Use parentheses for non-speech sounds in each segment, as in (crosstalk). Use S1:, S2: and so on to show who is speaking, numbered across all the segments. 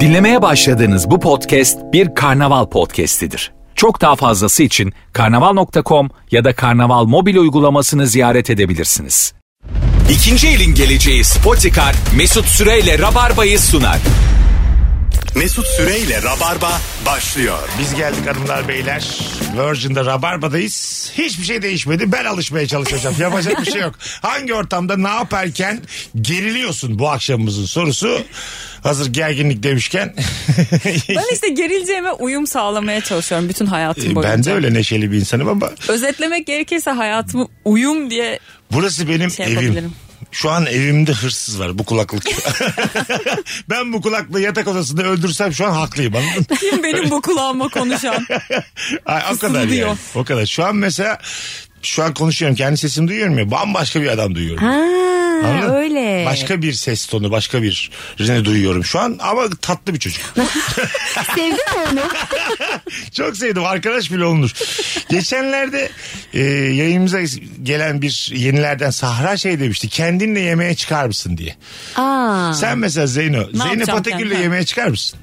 S1: Dinlemeye başladığınız bu podcast bir karnaval podcastidir. Çok daha fazlası için karnaval.com ya da karnaval mobil uygulamasını ziyaret edebilirsiniz. İkinci elin geleceği Spotikar Mesut Süreyle Rabarba'yı sunar.
S2: Mesut Süreyle Rabarba başlıyor.
S3: Biz geldik hanımlar beyler. Virgin'de Rabarba'dayız. Hiçbir şey değişmedi. Ben alışmaya çalışacağım. Yapacak bir şey yok. Hangi ortamda ne yaparken geriliyorsun bu akşamımızın sorusu. Hazır gerginlik demişken.
S4: Ben işte gerileceğime uyum sağlamaya çalışıyorum bütün hayatım boyunca.
S3: (laughs) Ee, ben de öyle neşeli bir insanım ama
S4: Özetlemek gerekirse hayatımı uyum diye
S3: burası benim
S4: Şey
S3: evim.
S4: yapabilirim.
S3: Şu an evimde hırsız var bu kulaklık. (laughs) ben bu kulaklığı yatak odasında öldürsem şu an haklıyım anladın mı?
S4: kim benim bu kulağıma
S5: (laughs)
S4: konuşan.
S3: Ay, o
S4: Fısıldı
S3: kadar yani.
S4: diyor.
S3: O kadar. Şu an mesela şu an konuşuyorum. Kendi sesimi duyuyorum ya. Bambaşka bir adam duyuyorum.
S5: Ha,
S3: Anladın?
S5: öyle.
S3: Başka bir ses tonu, başka bir ne duyuyorum şu an ama tatlı bir çocuk.
S5: (laughs) Sevdin mi onu?
S3: (laughs) Çok sevdim arkadaş bile olunur. Geçenlerde e, yayınımıza gelen bir yenilerden Sahra şey demişti. Kendinle yemeğe çıkar mısın diye.
S5: Aa,
S3: Sen mesela Zeyno, Zeynep
S4: yapacağım
S3: Atakül'le
S4: kendim?
S3: yemeğe çıkar mısın?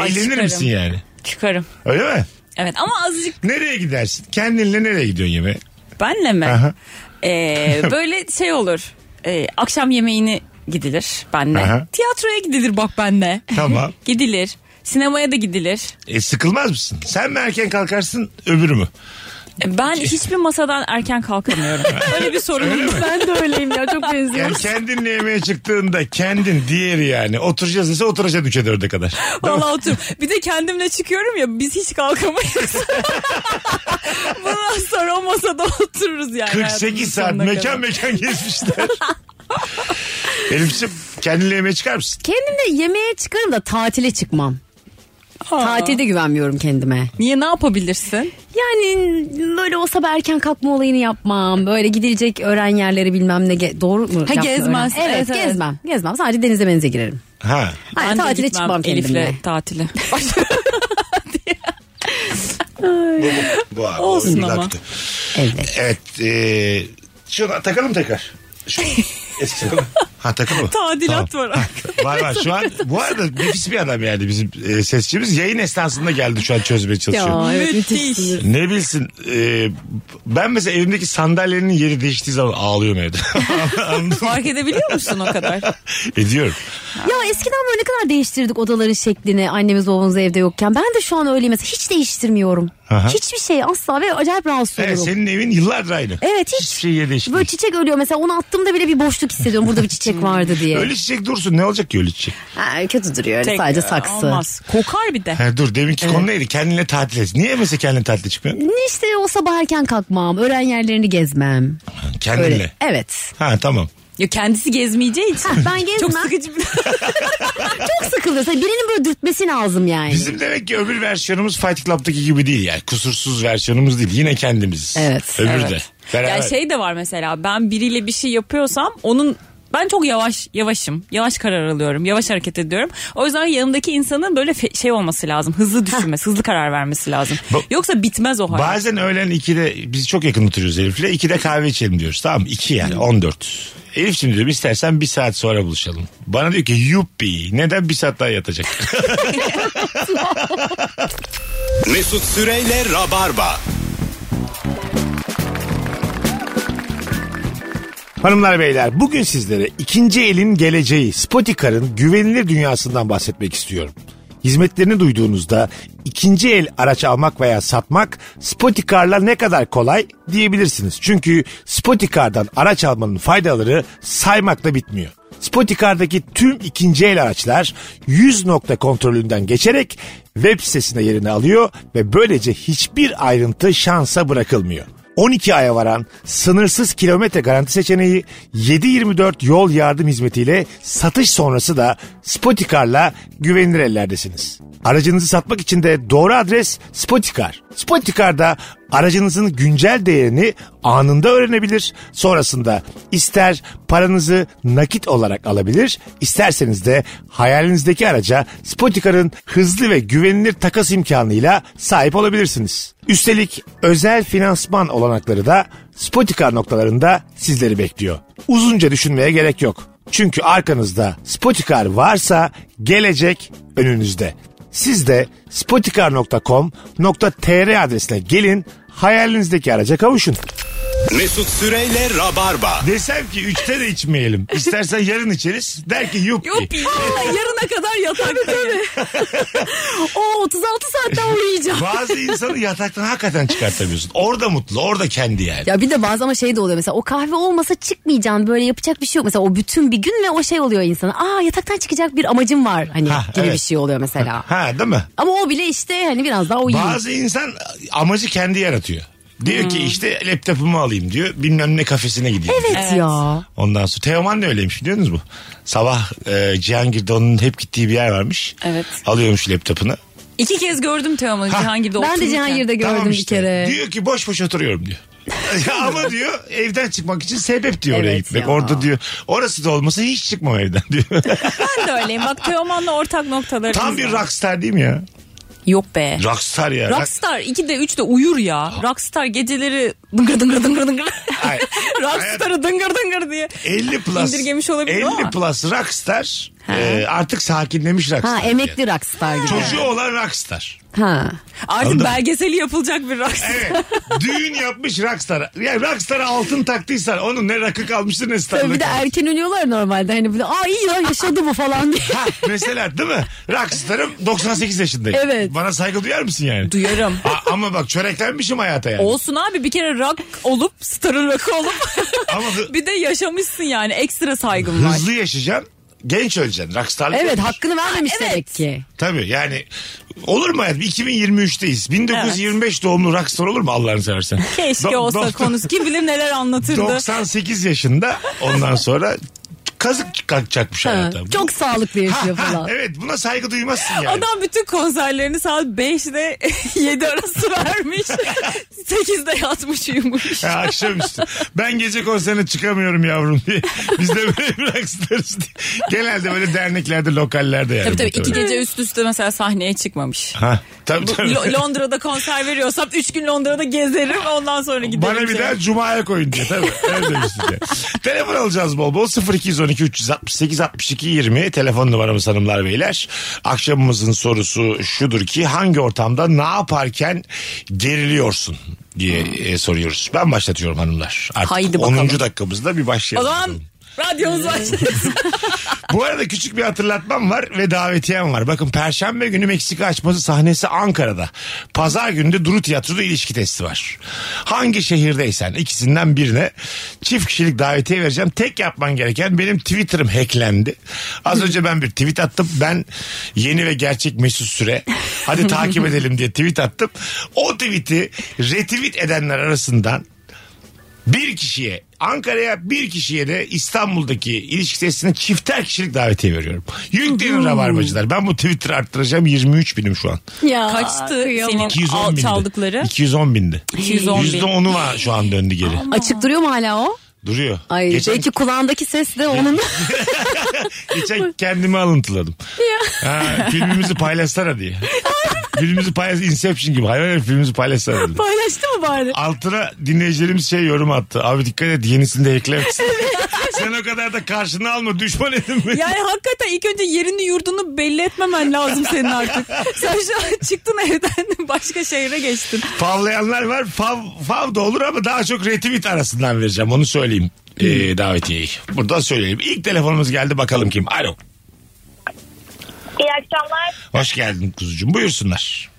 S4: Ay,
S3: Eğlenir
S4: çıkarım.
S3: misin yani?
S4: Çıkarım.
S3: Öyle mi?
S4: Evet ama azıcık
S3: Nereye gidersin? Kendinle nereye gidiyorsun yemeğe?
S4: benle mi?
S3: Aha. (laughs)
S4: Ee, böyle şey olur. Ee, akşam yemeğini gidilir benle.
S3: Aha.
S4: Tiyatroya gidilir bak benle.
S3: Tamam.
S4: (laughs) gidilir. Sinemaya da gidilir.
S3: E, sıkılmaz mısın? Sen mi erken kalkarsın öbürü mü?
S4: Ee, Ben hiçbir masadan
S3: (laughs)
S4: erken kalkamıyorum. Öyle bir sorunum. var.
S5: ben de öyleyim ya çok benziyor.
S3: Yani kendinle yemeğe çıktığında kendin diğeri yani. Oturacağız ise oturacak üçe dörde kadar.
S4: Vallahi otur. Bir de kendimle çıkıyorum ya biz hiç (laughs) kalkamayız. Bundan sonra o masada otururuz yani. hayatımızın
S3: 48 saat
S4: sonuna
S3: mekan
S4: kadar.
S3: mekan gezmişler. Elif'ciğim kendinle yemeğe çıkar mısın?
S5: Kendimle yemeğe çıkarım da tatile çıkmam.
S4: Aa.
S5: Tatilde güvenmiyorum kendime.
S4: Niye ne yapabilirsin?
S5: Yani böyle o sabah erken kalkma olayını yapmam. Böyle gidilecek öğren yerleri bilmem ne. ge- doğru mu? Yapma,
S4: gezmez.
S5: öğren. Evet,
S4: Evet, evet.
S5: gezmem. Gezmem. Sadece denize menize girerim.
S3: Ha.
S5: Hayır,
S4: Ben de
S5: tatile
S4: gitmem
S5: çıkmam kendimle.
S4: Elif'le tatile.
S3: Bu abi.
S4: Olsun
S3: o
S4: ama.
S3: laktı.
S5: Evet.
S3: Evet. E, şuna takalım tekrar. Şu,
S4: (laughs)
S3: eski takalım. Ha takılı mı?
S4: (laughs) Tadilat var.
S3: var. Var var.
S5: (laughs)
S3: Şu an bu arada nefis bir adam yani bizim e, sesçimiz. Yayın esnasında geldi şu an çözmeye çalışıyor.
S4: evet, müthiş.
S5: müthiş.
S3: Ne bilsin e, ben mesela evimdeki sandalyenin yeri değiştiği zaman ağlıyorum evde. (laughs) Anladın mı?
S4: Fark edebiliyor musun o kadar?
S3: Ediyorum.
S5: Ya eskiden böyle ne kadar değiştirdik odaların şeklini annemiz babamız evde yokken. Ben de şu an öyleyim mesela hiç değiştirmiyorum.
S3: Aha.
S5: Hiçbir şey asla ve acayip rahatsız olurum.
S3: Evet, senin evin yıllardır aynı.
S5: Evet hiç.
S3: Hiçbir şey yeri değişmiyor.
S5: Böyle çiçek ölüyor mesela onu attığımda bile bir boşluk hissediyorum burada bir çiçek
S4: (laughs)
S5: vardı diye.
S3: Öyle çiçek dursun ne olacak ki öyle çiçek?
S5: Ha, kötü duruyor öyle
S4: Tek-
S5: sadece saksı.
S4: Olmaz. Kokar bir de.
S3: Ha, dur deminki konu neydi? Kendinle tatil et. Niye mesela kendinle tatile çıkmıyorsun?
S5: Ne işte o sabah erken kalkmam, öğren yerlerini gezmem.
S3: Kendinle.
S5: Öyle. Evet.
S3: Ha tamam.
S4: Ya kendisi gezmeyeceği için.
S5: (laughs) ben gezmem.
S4: Çok sıkıcı bir...
S5: Çok sıkılıyorsa birinin böyle dürtmesi lazım yani.
S3: Bizim demek ki öbür versiyonumuz Fight Club'daki gibi değil yani. Kusursuz versiyonumuz değil. Yine kendimiziz.
S5: Evet.
S3: Öbür de.
S4: Evet.
S3: Beraber.
S4: Yani şey de var mesela ben biriyle bir şey yapıyorsam onun ben çok yavaş yavaşım. Yavaş karar alıyorum. Yavaş hareket ediyorum. O yüzden yanımdaki insanın böyle fe- şey olması lazım. Hızlı düşünmesi, hızlı karar vermesi lazım.
S3: Ba-
S4: Yoksa bitmez o hayat.
S3: Bazen öğlen 2'de biz çok yakın oturuyoruz Elif'le. 2'de kahve içelim diyoruz. Tamam mı? 2 yani 14. Elif'cim diyorum istersen bir saat sonra buluşalım. Bana diyor ki yuppi neden bir saat daha yatacak? (laughs)
S2: Mesut Süreyle Rabarba.
S3: Hanımlar beyler bugün sizlere ikinci elin geleceği Spotikar'ın güvenilir dünyasından bahsetmek istiyorum. Hizmetlerini duyduğunuzda ikinci el araç almak veya satmak Spotikar'la ne kadar kolay diyebilirsiniz. Çünkü Spotikar'dan araç almanın faydaları saymakla bitmiyor. Spotikar'daki tüm ikinci el araçlar 100 nokta kontrolünden geçerek web sitesine yerini alıyor ve böylece hiçbir ayrıntı şansa bırakılmıyor. 12 aya varan sınırsız kilometre garanti seçeneği 7-24 yol yardım hizmetiyle satış sonrası da Spotikar'la güvenilir ellerdesiniz. Aracınızı satmak için de doğru adres Spotikar. Spotikar'da aracınızın güncel değerini anında öğrenebilir. Sonrasında ister paranızı nakit olarak alabilir, isterseniz de hayalinizdeki araca Spotikar'ın hızlı ve güvenilir takas imkanıyla sahip olabilirsiniz. Üstelik özel finansman olanakları da Spotikar noktalarında sizleri bekliyor. Uzunca düşünmeye gerek yok. Çünkü arkanızda Spotikar varsa gelecek önünüzde. Siz de spotikar.com.tr adresine gelin hayalinizdeki araca kavuşun.
S2: Mesut Süreyle Rabarba.
S3: Desem ki üçte de içmeyelim. İstersen yarın içeriz. Der ki yup.
S4: Yok Aa, yarına kadar yataktayım.
S5: O 36 saatten uyuyacağım.
S3: Bazı insanı yataktan hakikaten çıkartamıyorsun. Orada mutlu, orada kendi yani.
S5: Ya bir de bazen ama şey de oluyor mesela o kahve olmasa çıkmayacaksın böyle yapacak bir şey yok. Mesela o bütün bir gün ve o şey oluyor insana. Aa yataktan çıkacak bir amacım var hani
S3: Ha,
S5: gibi bir
S3: evet.
S5: şey oluyor mesela.
S3: Ha değil mi?
S5: ama o bile işte hani biraz daha uyuyayım.
S3: Bazı insan amacı kendi yaratıyor. Diyor ki
S4: Hmm.
S3: işte laptopumu alayım diyor. Bilmem ne kafesine gideyim. diyor.
S5: Evet, ya.
S3: Ondan sonra Teoman da öyleymiş biliyorsunuz mu? Sabah e, Cihangir'de onun hep gittiği bir yer varmış.
S4: Evet.
S3: Alıyormuş laptopunu.
S4: İki kez gördüm Teoman'ı Cihangir'de
S5: Ben de
S4: otururken.
S5: Cihangir'de gördüm
S3: Tamam
S5: bir kere.
S3: Diyor ki boş boş oturuyorum diyor. (laughs) Ya Ama diyor evden çıkmak için sebep diyor oraya
S5: Evet
S3: gitmek.
S5: ya.
S3: Orada diyor orası da olmasa hiç çıkmam evden diyor.
S5: (laughs)
S4: Ben de öyleyim. Bak Teoman'la ortak noktalarımız
S3: Tam bir
S4: var.
S3: rockstar değil mi ya?
S4: Yok be.
S3: Rockstar ya.
S4: Rockstar 2'de 3'de uyur ya. Rockstar geceleri dıngır dıngır dıngır dıngır.
S3: Hayır.
S4: (laughs) Rockstar'ı dıngır dıngır diye.
S3: 50 plus.
S4: İndirgemiş olabilir
S3: 50
S4: ama.
S3: plus rockstar. e, artık sakinlemiş rockstar.
S5: Ha
S3: yani.
S5: emekli rockstar gibi.
S3: Çocuğu olan rockstar.
S5: Ha.
S4: Artık
S3: Anladım.
S4: belgeseli yapılacak bir rockstar.
S5: (laughs)
S3: Evet. Düğün yapmış rockstar. Yani rockstar'a altın taktıysan onun ne rakı kalmıştır ne
S5: Tabii
S3: standı
S5: bir de
S3: kalmıştır.
S5: erken ölüyorlar normalde hani böyle aa iyi ya yaşadı bu falan diye.
S3: Ha, mesela değil mi? Rockstar'ım 98 yaşındayım.
S5: Evet.
S3: Bana saygı duyar mısın yani?
S4: Duyarım.
S3: A- ama bak çöreklenmişim hayata yani.
S4: Olsun abi bir kere rock olup starın rock'ı olup
S3: (laughs) Ama hı-
S4: (laughs) bir de yaşamışsın yani ekstra saygım var.
S3: hızlı yaşayacaksın. Genç öleceksin. Rockstarlık
S5: (laughs) Evet
S3: olmuş.
S5: hakkını vermemiş
S4: evet.
S5: demek ki.
S3: Tabii yani olur mu hayatım? 2023'teyiz. 1925 doğumlu rockstar olur mu Allah'ını seversen?
S4: Keşke
S3: Do-
S4: olsa
S3: doktor-
S4: konusu kim bilir neler anlatırdı.
S3: 98 yaşında ondan sonra kazık kalkacakmış
S5: Ha,
S3: hayata. Bu-
S5: çok sağlıklı yaşıyor
S3: Ha,
S5: falan.
S3: evet buna saygı
S4: (laughs)
S3: duymazsın yani.
S4: Adam bütün konserlerini saat (laughs) 5'de 7 arası vermiş. (laughs) 8'de yatmış uyumuş.
S3: Ha, akşamüstü. Ben gece konserine çıkamıyorum yavrum diye. Biz de böyle bir rockstarız diye. Genelde böyle derneklerde, lokallerde yani.
S4: Tabii tabii iki
S3: muhtemelen.
S4: gece üst üste mesela sahneye çıkmamış.
S3: Ha, tabii
S4: Bu-
S3: tabii.
S4: Lo- Londra'da konser veriyorsam 3 gün Londra'da gezerim ondan sonra giderim.
S3: Bana bir
S4: şeye.
S3: daha Cuma'ya koyun diye
S4: (laughs)
S3: tabii. Öyle demiştim diye. Telefon alacağız bol bol. 0212 368 62 20 telefon numaramız hanımlar beyler. Akşamımızın sorusu şudur ki hangi ortamda ne yaparken geriliyorsun diye e, soruyoruz. Ben başlatıyorum hanımlar. Artık
S4: Haydi
S3: 10.
S4: bakalım.
S3: dakikamızda bir
S4: O
S3: başlayalım.
S4: zaman
S3: (laughs)
S4: radyomuz başlasın.
S3: Bu arada küçük bir hatırlatmam var ve davetiyem var. Bakın Perşembe günü Meksika açması sahnesi Ankara'da. Pazar günü de Duru Tiyatro'da ilişki testi var. Hangi şehirdeysen ikisinden birine çift kişilik davetiye vereceğim. Tek yapman gereken benim Twitter'ım hacklendi. Az önce ben bir tweet attım. Ben yeni ve gerçek Mesut Süre. Hadi takip edelim diye tweet attım. O tweet'i retweet edenler arasından bir kişiye Ankara'ya bir kişiye de İstanbul'daki ilişki testine çifter kişilik davetiye veriyorum. Yüklenin rabarbacılar. Ben bu Twitter arttıracağım 23 binim şu an.
S5: Ya,
S4: Kaçtı
S5: kıyamam.
S4: senin
S3: 210
S4: al,
S3: bindi.
S4: çaldıkları?
S3: 210 bindi.
S4: 210 bin.
S3: %10'u var şu an döndü geri.
S5: Açık duruyor mu hala o?
S3: Duruyor.
S5: Ay
S3: geçen,
S5: belki kulağındaki ses de onun.
S3: geçen kendimi alıntıladım. Ha, filmimizi paylaşsana diye. filmimizi paylaş Inception gibi hayvan herif filmimizi paylaşsana dedi.
S5: Paylaştı mı bari?
S3: Altına dinleyicilerimiz şey yorum attı. Abi dikkat et yenisini de eklemişsin. Sen o kadar da karşına alma düşman edin mi?
S4: Yani hakikaten ilk önce yerini yurdunu belli etmemen lazım senin artık. Sen şu an çıktın evden (laughs) başka şehre geçtin.
S3: Favlayanlar var. Fav, fav da olur ama daha çok retweet arasından vereceğim. Onu söyleyeyim ee, davetiyeyi. Buradan söyleyeyim. İlk telefonumuz geldi bakalım kim. Alo.
S6: İyi akşamlar.
S3: Hoş geldin kuzucuğum. Buyursunlar.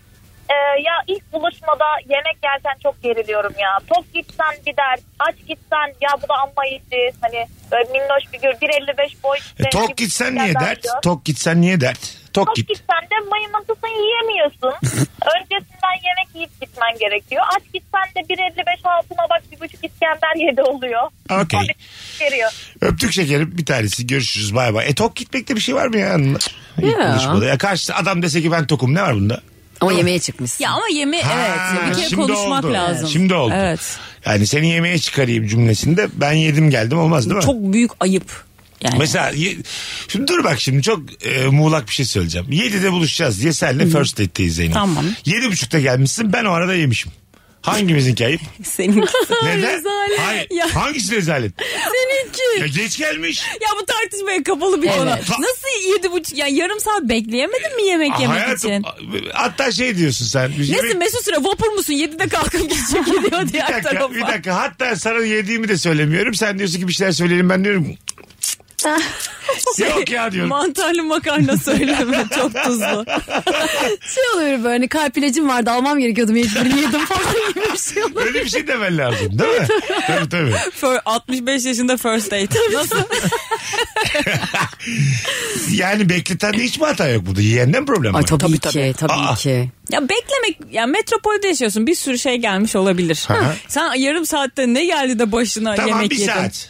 S6: Ee, ya ilk buluşmada yemek yerken çok geriliyorum ya. Tok gitsen bir dert, aç gitsen ya bu da amma iyisi. Hani böyle minnoş bir gül 1.55 boy.
S3: E,
S6: işte
S3: tok
S6: gibi
S3: gitsen
S6: bir
S3: niye
S6: yerden
S3: dert?
S6: diyor.
S3: Tok gitsen niye dert? Tok,
S6: Tok
S3: git.
S6: gitsen de maymuntısını
S3: (laughs)
S6: yiyemiyorsun. Öncesinden yemek yiyip gitmen gerekiyor. Aç gitsen de 1.55 altına bak bir buçuk İskender yedi oluyor.
S3: Okey.
S6: Tabii, Geriyor.
S3: Öptük şekerim bir tanesi. Görüşürüz bay bay. E tok gitmekte bir şey var mı ya? İlk
S5: Ya.
S3: buluşmada. Ya karşı adam dese ki ben tokum ne var bunda?
S5: (laughs) Ama yemeğe çıkmış.
S4: Ya ama yeme evet bir kere
S3: şimdi
S4: konuşmak
S3: oldu.
S4: lazım.
S3: Şimdi oldu.
S4: Evet.
S3: Yani seni yemeğe çıkarayım cümlesinde ben yedim geldim olmaz değil mi?
S4: Çok büyük ayıp. Yani.
S3: Mesela ye- şimdi dur bak şimdi çok e, muğlak bir şey söyleyeceğim. 7'de buluşacağız diye senle first date'teyiz Zeynep.
S4: Tamam.
S3: 7.30'da gelmişsin ben o arada yemişim. Hangimizin kayıp?
S4: Seninkisi.
S3: (laughs) Neden?
S4: Rezalet.
S3: Hayır.
S4: Ya.
S3: Hangisi rezalet? Ya
S4: Seninki.
S3: geç
S4: (laughs)
S3: gelmiş.
S4: Ya bu tartışmaya kapalı bir konu.
S3: Ta-
S4: Nasıl yedi buçuk? Yani yarım saat bekleyemedin mi yemek yemek
S3: Hayatım,
S4: için?
S3: Hatta şey diyorsun sen. bir yemek-
S4: Nesin Mesut Süre vapur musun? Yedide kalkıp geçip
S3: (laughs)
S4: gidiyor
S3: bir
S4: diğer
S3: dakika, bir
S4: tarafa.
S3: dakika. Hatta sana yediğimi de söylemiyorum. Sen diyorsun ki bir şeyler söyleyelim ben
S4: (laughs)
S3: diyorum. Yok ya diyorum.
S4: Mantarlı makarna söyleme çok tuzlu.
S5: Şey oluyor böyle hani kalp ilacım vardı almam gerekiyordu mecburen (laughs) yedim falan gibi bir şey oluyor.
S3: Öyle bir şey demen lazım değil
S4: (laughs)
S3: mi? tabii tabii.
S4: Fir- 65 yaşında first date. Nasıl?
S3: Yani bekleten de hiç mi hata yok burada? Yiyenden problem var.
S5: Ay tabii,
S4: Tabii,
S5: ki tabii
S3: Aa.
S5: ki.
S4: ya beklemek ya metropolde yaşıyorsun bir sürü şey gelmiş olabilir.
S3: Aha.
S4: Sen yarım saatte ne geldi de başına
S3: Tamam
S4: yemek
S3: bir
S4: yedin?
S3: saat.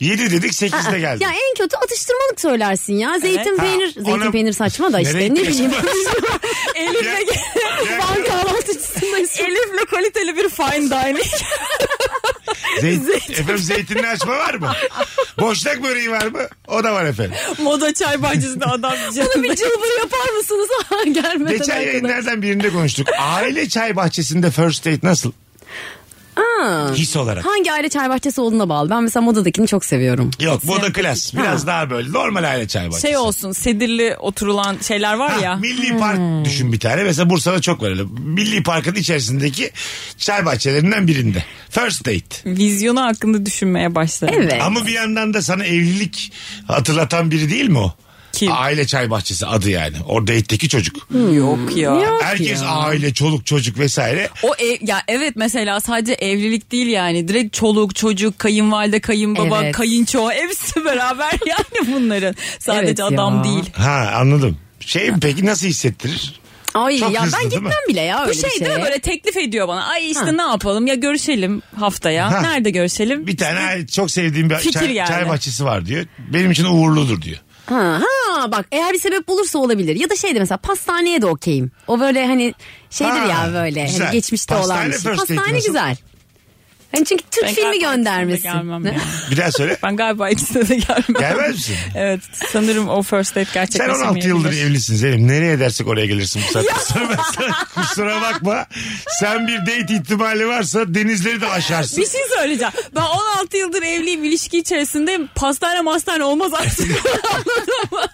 S3: 7 dedik 8'de geldi.
S5: Ya en kötü atıştırmalık söylersin ya. Zeytin
S4: Evet.
S5: peynir.
S3: Ha,
S5: Zeytin
S3: ona-
S5: peynir saçma da işte
S3: Nereye
S5: ne bileyim.
S4: (laughs) Elif'le,
S5: Ben kahvaltıcısındayız.
S4: Elif'le kaliteli bir fine (laughs) dining.
S3: (laughs) Zeyt, efendim zeytinli açma var
S5: (laughs)
S3: mı? Boşnak böreği var mı? O da var efendim.
S4: Moda çay bahçesinde adam
S5: Bana bir cılbır yapar mısınız? (laughs) Ha, Gelmeden
S3: Geçen
S5: arkadaş.
S3: yayınlardan birinde konuştuk. Aile çay bahçesinde first date nasıl?
S5: Aa.
S3: His olarak.
S5: Hangi aile çay bahçesi olduğuna bağlı. Ben mesela modadakini çok seviyorum.
S3: Yok bu da klas. Biraz daha böyle normal aile çay bahçesi.
S4: şey olsun sedirli oturulan şeyler var
S3: Ha,
S4: ya. Hmm.
S3: Milli Park düşün bir tane. Mesela Bursa'da çok var öyle. Milli Park'ın içerisindeki çay bahçelerinden birinde. First date.
S4: Vizyonu hakkında düşünmeye başladım.
S5: Evet.
S3: Ama bir yandan da sana evlilik hatırlatan biri değil mi o?
S4: Kim?
S3: Aile çay bahçesi adı yani. O date'teki çocuk.
S4: Yok ya.
S5: Yok
S3: Herkes
S5: ya.
S3: aile, çoluk, çocuk vesaire.
S4: O ev, ya evet mesela sadece evlilik değil yani direkt çoluk çocuk kayınvalide kayınbaba
S5: Evet.
S4: kayınço hepsi (laughs) beraber yani bunların sadece
S5: Evet ya.
S4: adam değil.
S3: Ha anladım. Şey peki nasıl hissettirir?
S5: Ay
S3: Çok
S5: ya
S3: hızlı,
S5: ben
S3: değil mi?
S5: gitmem bile ya öyle
S4: Bu şey
S5: bir
S4: değil
S5: şeye.
S4: mi böyle teklif ediyor bana ay işte ne yapalım ya görüşelim haftaya
S3: Ha.
S4: nerede görüşelim
S3: Bir tane ay- çok sevdiğim bir
S4: Fikir
S3: çay,
S4: yani.
S3: çay bahçesi var diyor. Benim için uğurludur diyor.
S5: Ha, ha bak eğer bir sebep olursa olabilir. Ya da şey de mesela pastaneye de okeyim. O böyle hani şeydir
S3: Ha,
S5: ya böyle hani
S3: güzel.
S5: geçmişte
S3: Pastane
S5: olan bir şey.
S3: first date
S5: Pastane
S3: nasıl?
S5: güzel. Hani çünkü Türk
S4: Ben
S5: filmi
S4: galiba
S5: göndermesin.
S4: ikisine de gelmem yani.
S3: Bir daha söyle.
S4: (laughs) ben galiba ikisine de gelmem.
S3: Gelmez misin?
S4: (laughs) evet sanırım o first date
S3: Sen
S4: gerçekleşemeyebilir.
S3: 16 yıldır evlisin Zeynep. Nereye dersek oraya gelirsin bu saatten sonra. Ben sana- Kusura bakma. Sen bir date ihtimali varsa denizleri de aşarsın.
S4: Bir şey söyleyeceğim. Ben 16 yıldır evliyim ilişki içerisindeyim. Pastane mastane olmaz artık.
S3: (laughs)
S4: Anladın mı?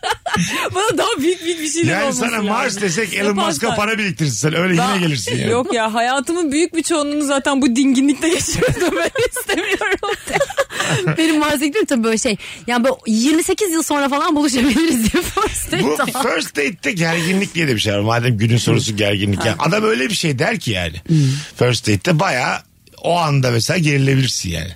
S4: Bana daha büyük büyük bir şeyler
S3: yani
S4: olması
S3: sana
S4: lazım.
S3: Mars desek
S4: Ya
S3: Elon Musk'a
S4: pastane-
S3: para biriktirirsin sen. Öyle
S4: Ben-
S3: yine gelirsin yani.
S4: Yok ya hayatımın büyük bir çoğunluğunu zaten bu dinginlikte geçirdim. (laughs) Ben istemiyorum.
S5: (laughs) Benim marzikliyim tabii böyle şey. Yani böyle 28 yıl sonra falan buluşabiliriz diye (laughs) first date.
S3: Bu first date'te gerginlik diye de bir şey var. Madem günün sorusu gerginlik. Yani adam öyle bir şey der ki yani.
S4: Hmm.
S3: First date'te bayağı o anda mesela gerilebilirsin yani.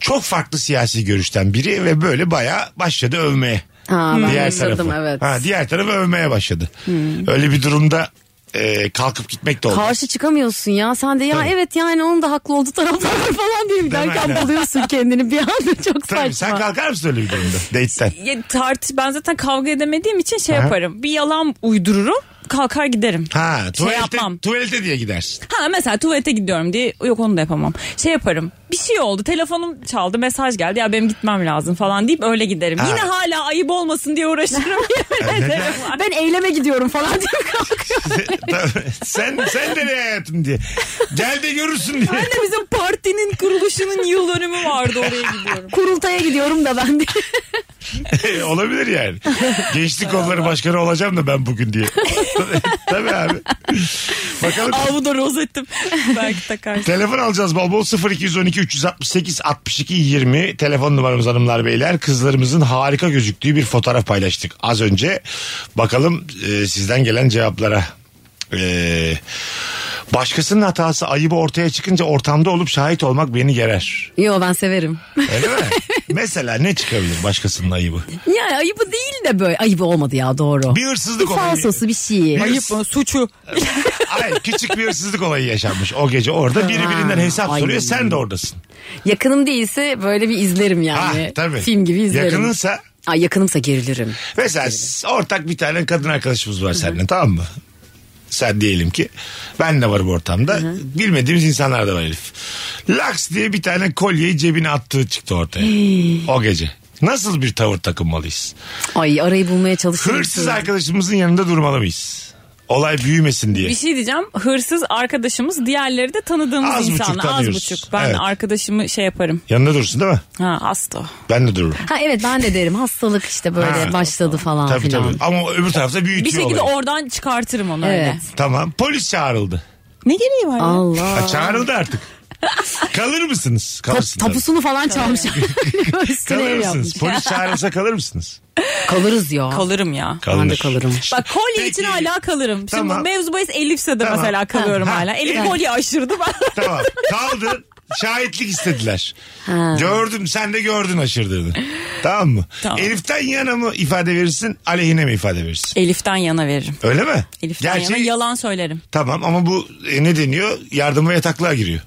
S3: Çok farklı siyasi görüşten biri ve böyle bayağı başladı övmeye.
S5: Ha, ben
S3: tarafı.
S5: hatırladım, evet.
S3: Ha, diğer tarafı övmeye başladı.
S4: Hmm.
S3: Öyle bir durumda e, kalkıp gitmek de olmaz.
S5: Karşı çıkamıyorsun ya sen de ya
S3: Tabii.
S5: evet yani onun da haklı olduğu taraflar var falan diye
S3: aynen. (laughs)
S5: derken buluyorsun kendini bir anda çok
S3: Tabii,
S5: saçma.
S3: sen kalkar mısın öyle bir durumda? Date'ten.
S4: ya, tart ben zaten kavga edemediğim için şey
S3: Aha.
S4: yaparım. Bir yalan uydururum. Kalkar giderim.
S3: Ha,
S4: Şey
S3: tuvalete,
S4: yapmam.
S3: tuvalete diye
S4: (laughs)
S3: gidersin.
S4: Ha mesela tuvalete gidiyorum diye yok onu da yapamam. Şey yaparım. Bir şey oldu. Telefonum çaldı. Mesaj geldi. Ya benim gitmem lazım falan deyip öyle giderim.
S3: Ha.
S4: Yine hala ayıp olmasın
S3: (laughs)
S4: diye uğraşırım. şey Yemin
S3: neden?
S4: ederim.
S5: Ben eyleme gidiyorum falan diye (laughs) kalkıyorum.
S3: Tabii. sen sen de ne hayatım diye. Gel de görürsün diye.
S4: Ben de bizim partinin kuruluşunun yıl dönümü vardı oraya gidiyorum.
S5: Kurultaya gidiyorum
S3: (laughs)
S5: da ben diye.
S3: E, (laughs) Olabilir yani. Gençlik kolları başkanı olacağım da ben bugün
S4: (laughs)
S3: diye. Tabii abi. Bakalım.
S4: Aa bu da rozettim. Belki takarsın.
S3: Telefon alacağız bol bol 0212 368 62 20 telefon numaramız hanımlar beyler kızlarımızın harika gözüktüğü bir fotoğraf paylaştık az önce bakalım e, sizden gelen cevaplara E, başkasının hatası ayıbı ortaya çıkınca ortamda olup şahit olmak beni gerer
S5: Yo ben (laughs) severim.
S3: öyle mi? mesela ne çıkabilir başkasının ayıbı
S5: Yani ayıbı değil de böyle. Ayıbı olmadı ya doğru.
S3: bir
S5: Bir
S3: hırsızlık olayı
S5: falsosu bir şey.
S3: Bir-
S4: Ayıp mı? Suçu.
S3: Hayır küçük bir hırsızlık olayı yaşanmış o gece orada biri birinden hesap
S5: Ay.
S3: soruyor sen de oradasın
S5: Yakınım değilse böyle bir izlerim yani.
S3: ha, Ah, tabii.
S5: Film gibi izlerim.
S3: yakınınsa
S5: Ay yakınımsa gerilirim.
S3: Mesela s- ortak bir tane kadın arkadaşımız var seninle tamam mı? Sen diyelim ki ben de varım ortamda. Bilmediğimiz insanlar da var Elif. Laks diye bir tane kolyeyi cebine attığı çıktı ortaya. o gece. Nasıl bir tavır takınmalıyız?
S5: Ay arayı bulmaya çalışırım.
S3: Hırsız arkadaşımızın yanında durmalı mıyız? Olay büyümesin diye.
S4: Bir şey diyeceğim. Hırsız arkadaşımız diğerleri de tanıdığımız
S3: Az buçuk
S4: insanlar. Az
S3: tanıyoruz.
S4: buçuk. Ben
S3: Evet.
S4: arkadaşımı şey yaparım.
S3: Yanında dursun değil mi?
S4: Ha asto.
S3: Ben de dururum.
S5: Ha evet ben de derim hastalık işte böyle
S3: Ha.
S5: başladı falan
S3: Tabii
S5: filan.
S3: tabii. Ama o öbür tarafta büyütüyor
S4: Bir şekilde
S3: olayı.
S4: oradan çıkartırım onu öyle.
S5: Evet.
S3: Tamam. Polis çağrıldı.
S4: Ne gereği var ya?
S5: Allah.
S3: Ha, çağrıldı artık. Kalır mısınız?
S5: Ta-
S3: Kalırsınız. tabii.
S5: tapusunu falan çalmış. (laughs) Üstüne
S3: Kalır
S5: ev
S3: mısınız?
S5: yapmış.
S3: Polis çağrılsa kalır mısınız?
S5: Kalırız ya.
S4: Kalırım ya.
S5: ben de kalırım.
S4: Bak kolye
S3: Peki.
S4: için hala kalırım. Şimdi
S3: Tamam.
S4: mevzu bahis Elif'se de
S3: Tamam.
S4: mesela kalıyorum
S3: Ha.
S4: hala. Elif kolye aşırdı ben.
S3: (laughs) Tamam. Kaldı. Şahitlik istediler. Gördüm sen de gördün aşırdığını. Tamam mı?
S4: Tamam.
S3: Elif'ten yana mı ifade verirsin aleyhine mi ifade verirsin?
S4: Elif'ten yana veririm.
S3: Öyle mi?
S4: Elif'ten
S3: Gerçi-
S4: yana yalan söylerim.
S3: Tamam ama bu e, ne deniyor? Yardıma yataklığa giriyor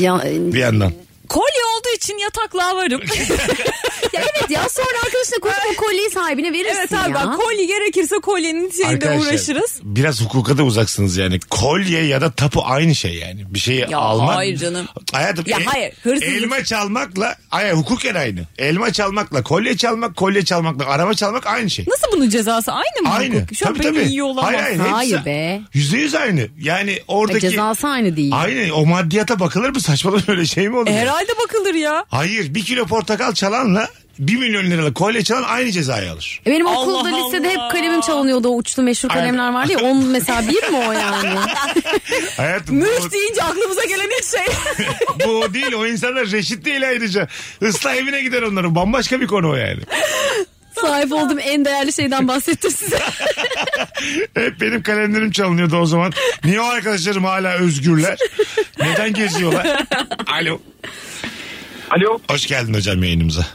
S5: Ya,
S3: bir yandan.
S4: Kolye olduğu için
S3: (laughs)
S4: yataklığa varım.
S5: ya evet ya sonra arkadaşına koyup o kolyeyi sahibine verirsin
S4: evet abi
S5: ya.
S4: bak kolye gerekirse kolyenin şeyinde uğraşırız.
S3: biraz hukuka da uzaksınız yani. Kolye ya da tapu aynı şey yani. Bir şeyi
S4: Ya
S3: almak.
S4: hayır canım.
S3: Hayatım, e,
S4: Ya hayır, hırsızlık.
S3: Elma çalmakla, hayır hukuken aynı. Elma çalmakla, kolye çalmak, kolye çalmakla, araba çalmak aynı şey.
S4: Nasıl bunun cezası aynı mı?
S3: Aynı.
S4: Hukuk? Şu an beni iyi olamaz.
S3: Hayır, hayır, hepsi-
S5: Hayır be.
S3: Yüzde yüz aynı. Yani oradaki...
S5: E, cezası aynı değil.
S3: Aynı. O maddiyata bakılır mı? Saçmalama öyle şey mi olur?
S4: E, herhalde bakılır ya.
S3: Hayır. Bir kilo portakal çalanla bir milyon liralık kolye çalan aynı cezayı alır.
S5: E, Benim
S4: Allah
S5: okulda lisede
S4: Allah.
S5: hep kalemim çalınıyordu o uçlu meşhur
S3: Aynen.
S5: kalemler vardı ya. Onun mesela bir mi o (laughs) yani?
S3: Hayatım.
S4: Mürş
S3: bu-
S4: deyince aklımıza gelen ilk şey.
S3: Bu o değil o insanlar reşit değil ayrıca. Islah evine gider onların bambaşka bir konu o yani.
S5: (laughs) Sahip olduğum en değerli şeyden bahsettim (laughs) size.
S3: Hep benim kalemlerim çalınıyordu o zaman. Niye o arkadaşlarım hala özgürler? Neden geziyorlar? Alo.
S7: Alo.
S3: Hoş geldin hocam yayınımıza.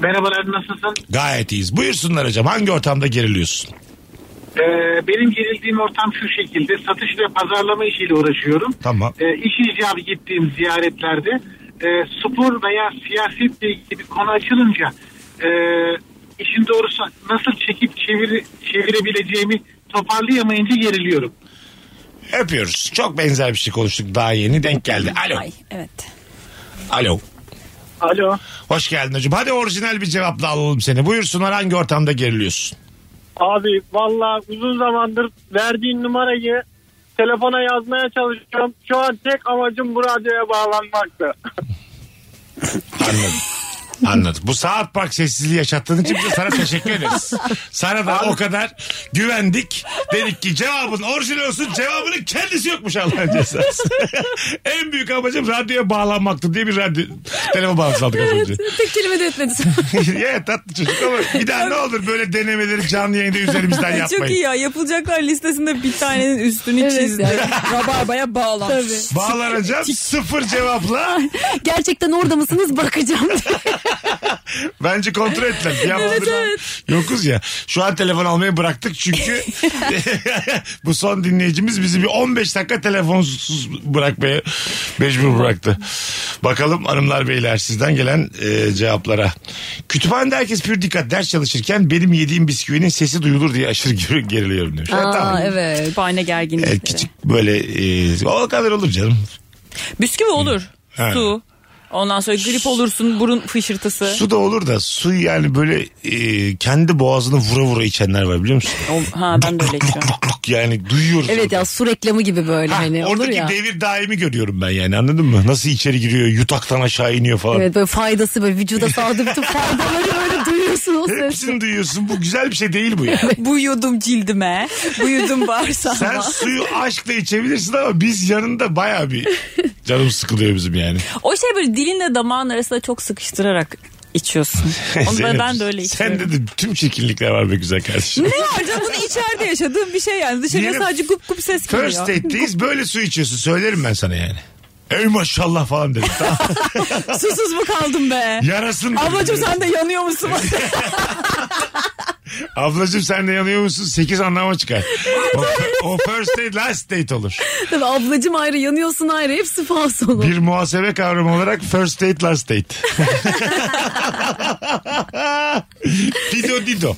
S7: Merhabalar nasılsın?
S3: Gayet iyiyiz. Buyursunlar hocam hangi ortamda geriliyorsun?
S7: Ee, benim gerildiğim ortam şu şekilde. Satış ve pazarlama işiyle uğraşıyorum.
S3: Tamam.
S7: Ee, iş icabı gittiğim ziyaretlerde e, spor veya siyasetle ilgili bir konu açılınca e, işin doğrusu nasıl çekip çevir, çevirebileceğimi toparlayamayınca geriliyorum.
S3: Öpüyoruz. Çok benzer bir şey konuştuk daha yeni denk geldi. Alo.
S4: Ay, evet.
S3: Alo.
S7: Alo.
S3: Hoş geldin hocam. Hadi orijinal bir cevapla alalım seni. Buyursunlar hangi ortamda geriliyorsun?
S7: Abi valla uzun zamandır verdiğin numarayı telefona yazmaya çalışıyorum. Şu an tek amacım bu radyoya bağlanmaktı.
S3: Anladım.
S4: (laughs)
S3: Anladım. Bu saat park sessizliği yaşattığın için biz de sana teşekkür ederiz. Sana da o kadar güvendik. Dedik ki cevabın orijinal olsun cevabının kendisi yokmuş Allah'ın cezası. (laughs) en büyük amacım radyoya bağlanmaktı diye bir radyo telefon bağlantısı aldık az önce.
S5: Tek kelime
S3: (laughs)
S5: de etmedi.
S3: ya tatlı çocuk ama bir daha ne olur böyle denemeleri canlı yayında üzerimizden yapmayın.
S4: (laughs) Çok iyi ya. Yapılacaklar listesinde bir tanenin üstünü
S5: Evet
S4: çizdi. Rabarbaya bağlanmış.
S3: Bağlanacağım sıfır cevapla
S5: Gerçekten orada mısınız bakacağım.
S3: Bence kontrol ettiler. Bir haftadır Yokuz ya. Şu an telefon almayı bıraktık
S5: (laughs)
S3: çünkü (laughs) bu son dinleyicimiz bizi bir 15 dakika telefonsuz bırakmaya mecbur bıraktı. Bakalım hanımlar beyler sizden gelen e, cevaplara. Kütüphanede herkes pür dikkat ders çalışırken benim yediğim bisküvinin sesi duyulur diye aşırı (laughs) ger- geriliyorum demiş. Ha, tamam.
S5: Aa, evet.
S4: Kütüphane gerginlikleri.
S3: E, küçük böyle e, o kadar olur canım.
S4: Bisküvi olur.
S3: Evet.
S4: Su. Ondan sonra grip olursun burun fışırtısı.
S3: Su da olur da su yani böyle e, kendi boğazını vura vura içenler var biliyor musun?
S4: O- Ha ben de öyle
S3: Luk
S4: içiyorum.
S3: luk luk yani duyuyoruz.
S5: Evet ya su reklamı
S4: (laughs)
S5: gibi böyle
S3: Ha,
S5: hani olur
S3: oradaki
S5: ya.
S3: devir daimi görüyorum ben yani anladın mı? Nasıl içeri giriyor yutaktan aşağı iniyor falan.
S5: Evet böyle faydası böyle vücuda sağladığı bütün faydaları böyle duyuyorsun o sesi.
S3: Hepsini duyuyorsun bu güzel bir şey değil bu
S4: (laughs)
S3: ya.
S4: Bu yudum cildime,
S3: (laughs)
S4: bu yudum
S3: Sen
S4: bağırsağıma.
S3: suyu aşkla içebilirsin ama biz yanında baya bir canım sıkılıyor bizim
S4: (laughs)
S3: yani.
S4: O şey böyle dilinle damağın arasında çok sıkıştırarak
S3: (laughs)
S4: içiyorsun. Onu ben,
S3: Zeynep,
S4: ben de öyle
S3: Sen
S4: içiyorum.
S3: de, tüm çirkinlikler var be güzel kardeşim.
S4: Ne var canım bunu içeride yaşadığım bir şey yani. Dışarıya
S3: Diyelim,
S4: sadece gup gup ses
S3: (laughs)
S4: geliyor.
S3: First date'deyiz böyle su içiyorsun söylerim ben sana yani. Ey maşallah falan dedim.
S4: (laughs)
S3: Tamam.
S4: (laughs) Susuz mu kaldım be?
S3: Yarasın. dedim.
S4: Ablacım sen de yanıyor
S3: (laughs)
S4: musun?
S3: Ablacım sen de yanıyor musun? 8 anlama çıkar. o, o first date last date olur.
S5: Tabii ablacım ayrı yanıyorsun ayrı hepsi falsolu.
S3: Bir muhasebe kavramı olarak first date last date. (laughs) Fido dido.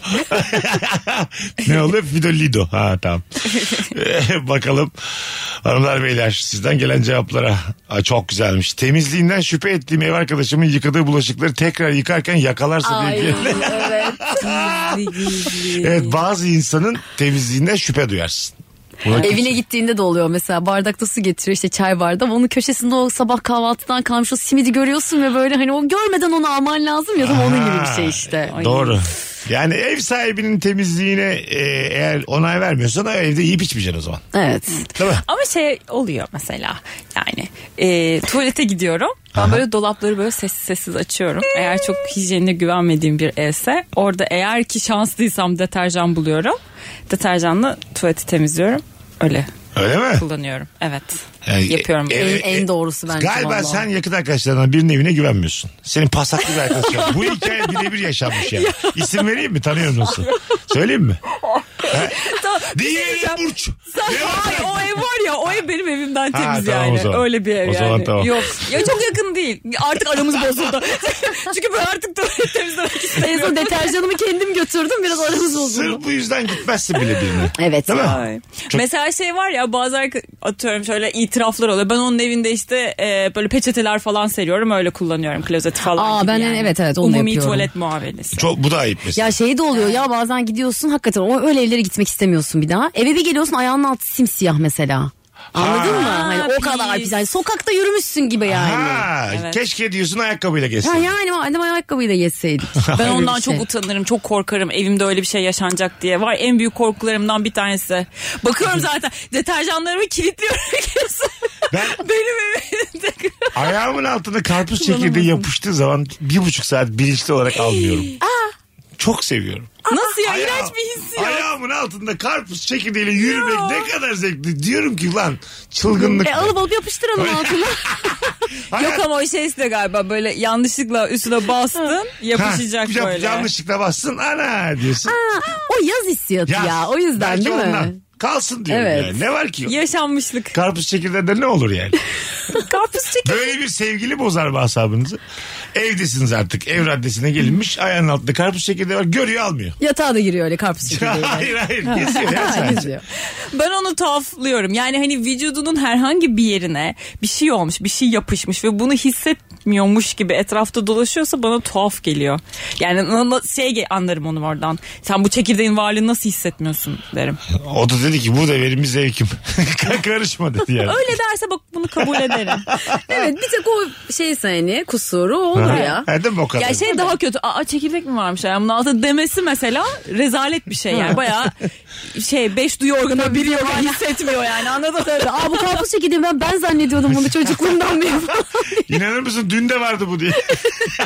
S3: (laughs) ne oluyor? Fido lido. Ha tamam. Ee, Bakalım hanımlar beyler sizden gelen cevaplara. Aa, çok güzelmiş. Temizliğinden şüphe ettiğim ev arkadaşımın yıkadığı bulaşıkları tekrar yıkarken yakalarsa diye.
S5: evet.
S4: Gizli gizli.
S3: Evet bazı insanın temizliğinden şüphe duyarsın.
S5: Evine gittiğinde de oluyor mesela bardakta su getiriyor işte çay bardağı onun köşesinde o sabah kahvaltıdan kalmış o simidi görüyorsun ve böyle hani o görmeden onu alman lazım ya da onun gibi bir şey işte. Ay.
S3: Doğru. Yani ev sahibinin temizliğine e, eğer onay vermiyorsan o evde yiyip içmeyeceksin o zaman.
S5: Evet.
S3: Değil mi?
S4: Ama şey oluyor mesela yani e, tuvalete gidiyorum. Ben böyle dolapları böyle sessiz sessiz açıyorum. Eğer çok hijyenine güvenmediğim bir evse orada eğer ki şanslıysam deterjan buluyorum. Deterjanla tuvaleti temizliyorum. Öyle
S3: Öyle mi?
S4: kullanıyorum. Evet.
S3: Yani
S4: Yapıyorum.
S3: e-
S5: En,
S3: e-
S5: en doğrusu bence
S3: Galiba
S5: vallahi.
S3: sen yakın arkadaşlarından birinin evine güvenmiyorsun. Senin pasaklı bir arkadaşın. var.
S5: (laughs)
S3: Bu hikaye birebir yaşanmış yani. İsim vereyim mi? Tanıyorum nasıl. Söyleyeyim mi? Ha?
S4: Tamam,
S5: şey
S3: Diğeri Burç.
S4: Sen-
S3: Ne var?
S4: Ay, o ev var ya o ev benim evimden
S3: Ha,
S4: temiz
S3: tamam o
S4: yani.
S3: zaman.
S4: Öyle bir ev
S3: O
S4: yani.
S3: zaman tamam.
S4: Yok. Ya çok yakın değil. Artık aramız bozuldu. (laughs) Çünkü ben artık tuvalet temizlemek
S5: En
S3: (laughs)
S4: istemiyorum.
S5: son deterjanımı kendim götürdüm biraz aramız bozuldu.
S3: Sırf bu yüzden gitmezsin bile birine.
S5: Evet.
S3: Değil mi?
S4: Ay. Mesela şey var ya bazı arka- atıyorum şöyle itiraflar oluyor. Ben onun evinde işte e, böyle peçeteler falan seriyorum öyle kullanıyorum klozeti falan.
S5: Aa,
S4: gibi
S5: ben
S4: yani.
S5: evet, evet, onu
S4: Umumi
S5: yapıyorum.
S4: tuvalet muamelesi.
S3: Çok, bu da ayıp mesela.
S5: Ya şey de oluyor ya bazen gidiyorsun hakikaten o öyle evlere gitmek istemiyorsun bir daha. Eve bir geliyorsun ayağının altı simsiyah mesela. Anladın mı? Hani o
S4: pis.
S5: kadar pis. Yani sokakta yürümüşsün gibi yani.
S3: ha,
S4: Evet.
S3: Keşke diyorsun ayakkabıyla gezsin.
S5: Ya yani annem
S3: (laughs)
S5: ayakkabıyla yeseydik.
S4: Ben ondan
S5: bir şey.
S4: çok utanırım, çok korkarım. Evimde öyle bir şey yaşanacak diye. Var en büyük korkularımdan bir tanesi. Bakıyorum zaten deterjanlarımı kilitliyorum. (laughs)
S3: Ben-
S4: Benim evimde.
S3: Ayağımın altına karpuz çekirdeği yapıştığı zaman bir buçuk saat bilinçli olarak almıyorum. Çok seviyorum.
S4: Nasıl ya?
S3: Ayağı-
S4: İğrenç bir his ya.
S3: Ayağımın altında karpuz çekirdeğiyle yürümek ne kadar zevkli. Diyorum ki lan çılgınlık.
S5: E alıp alıp yapıştıralım altına.
S3: Hayat-
S4: Yok ama o şeysi de galiba böyle yanlışlıkla üstüne bastın
S3: Ha,
S4: yapışacak
S3: yap-
S4: böyle.
S3: Yanlışlıkla bassın ana diyorsun.
S5: o yaz hissiyatı ya.
S3: Ya,
S5: O yüzden
S3: belki
S5: değil mi?
S3: ondan. Kalsın diyorum
S5: Evet.
S3: yani. Ne var ki?
S4: Yaşanmışlık.
S3: Karpuz çekirdeğinde ne olur
S5: (laughs)
S3: yani?
S4: Karpuz çekiyor.
S3: Böyle bir sevgili bozar mı asabınızı? Evdesiniz artık. Ev raddesine gelinmiş. Ayağının altında karpuz çekirdeği var. Görüyor almıyor.
S5: Yatağa da giriyor öyle
S3: (laughs)
S5: karpuz çekirdeği.
S3: hayır hayır. Kesiyor ya
S5: Ha,
S3: sadece.
S5: geziyor.
S4: Ben onu tuhaflıyorum. Yani hani vücudunun herhangi bir yerine bir şey olmuş, bir şey yapışmış ve bunu hissetmiyormuş gibi etrafta dolaşıyorsa bana tuhaf geliyor. Yani na- na- şey ge- anlarım onu oradan. Sen bu çekirdeğin varlığını nasıl hissetmiyorsun derim.
S3: O da dedi ki bu da benim bir zevkim. (laughs) Karışma dedi yani.
S4: Öyle derse bak bunu kabul ederim.
S5: evet bir tek o şey hani kusuru o olur ya.
S3: Ha, değil mi o kadar?
S4: Ya şey daha kötü. Aa çekirdek mi varmış ayağımın altında demesi mesela rezalet bir şey yani. Bayağı şey beş duyu organı biliyor ama hissetmiyor yani anladın mı?
S5: Aa bu karpuz çekirdeği ben, ben zannediyordum bunu
S3: (laughs)
S5: çocukluğumdan beri. (laughs)
S3: İnanır mısın dün de vardı bu diye.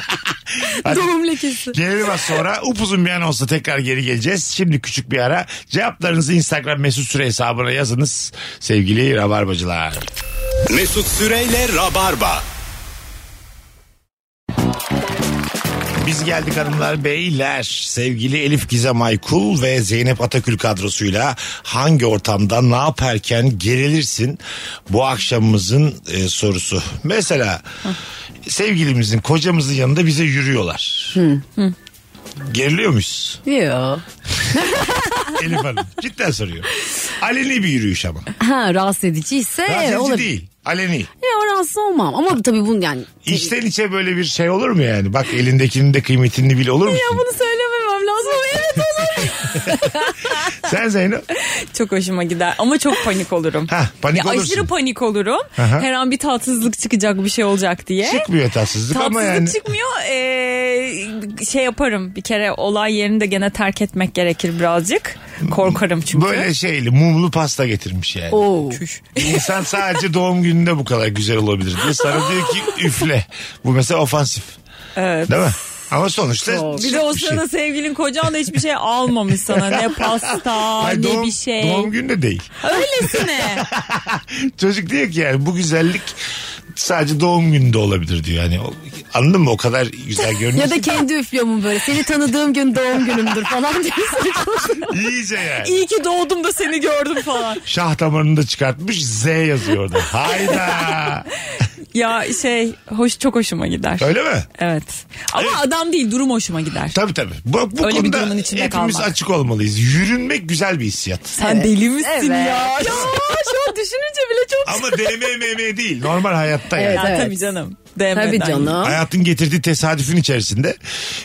S3: (laughs)
S5: Doğum lekesi.
S3: Gelelim az sonra. Upuzun bir an olsa tekrar geri geleceğiz. Şimdi küçük bir ara. Cevaplarınızı Instagram mesut süre hesabına yazınız. Sevgili Rabarbacılar.
S2: Mesut Süreyle Rabarba.
S3: Biz geldik hanımlar beyler. Sevgili Elif Gizem Aykul ve Zeynep Atakül kadrosuyla hangi ortamda ne yaparken gerilirsin bu akşamımızın e, sorusu. Mesela sevgilimizin kocamızın yanında bize yürüyorlar. Geriliyor muyuz?
S5: Yok.
S3: Elif Hanım cidden soruyor. Aleni bir yürüyüş ama.
S5: Ha rahatsız ediciyse
S3: Rahatsız
S5: evet,
S3: edici
S5: olabilir.
S3: değil. Aleni.
S5: Ya rahatsız olmam ama tabii bunun yani.
S3: İçten içe böyle bir şey olur mu yani? Bak elindekinin de kıymetini bil olur musun?
S4: Bunu söylememem lazım ama
S3: (laughs)
S4: evet olur.
S3: Sen Zeynep.
S4: çok hoşuma gider ama çok panik olurum.
S3: Hah, panik
S4: ya
S3: olursun.
S4: aşırı panik olurum.
S3: Aha.
S4: Her an bir tatsızlık çıkacak bir şey olacak diye.
S3: Çıkmıyor tatsızlık
S4: Tatsızlık
S3: ama yani.
S4: çıkmıyor. Ee, şey yaparım bir kere olay yerini de gene terk etmek gerekir birazcık. Korkarım çünkü.
S3: Böyle şeyli mumlu pasta getirmiş yani.
S5: Oo.
S3: İnsan sadece doğum gününde bu kadar güzel olabilir diye. Sana diyor
S4: (laughs)
S3: ki üfle. Bu mesela ofansif.
S4: Evet.
S3: Değil mi? Ama sonuçta şey.
S4: Bir de o sırada sevgilin kocan da hiçbir şey almamış sana. Ne
S3: (laughs)
S4: pasta
S3: Ay,
S4: ne
S3: doğum,
S4: bir şey.
S3: Doğum günü de değil.
S4: Öylesine.
S3: Çocuk diyor ki yani bu güzellik sadece doğum gününde olabilir diyor. Yani o- anladın mı? O kadar
S4: (laughs)
S3: güzel görünüyor.
S5: Ya da kendi üflüyor mu böyle seni tanıdığım gün doğum günümdür falan diyorsun.
S3: İyice yani.
S4: İyi ki doğdum da seni gördüm falan.
S3: Şah damarını da çıkartmış Z yazıyor orada.
S4: (laughs)
S3: Hayda.
S4: Ya şey hoş çok hoşuma gider.
S3: Öyle mi?
S4: Evet. Ama adam değil durum hoşuma gider.
S3: Tabii tabii. Bu, bu
S4: Öyle bir
S3: konuda
S4: durumun içinde
S3: hepimiz
S4: kalmak.
S3: açık olmalıyız. Yürünmek güzel bir hissiyat.
S4: Sen deli misin
S5: Evet.
S4: ya? Ya şu an düşününce bile çok...
S3: Ama (laughs) DMMM değil. Normal hayatta yani.
S5: Evet,
S4: Ya Tabii canım. DM'den.
S5: Tabii canım.
S3: Hayatın getirdiği tesadüfün içerisinde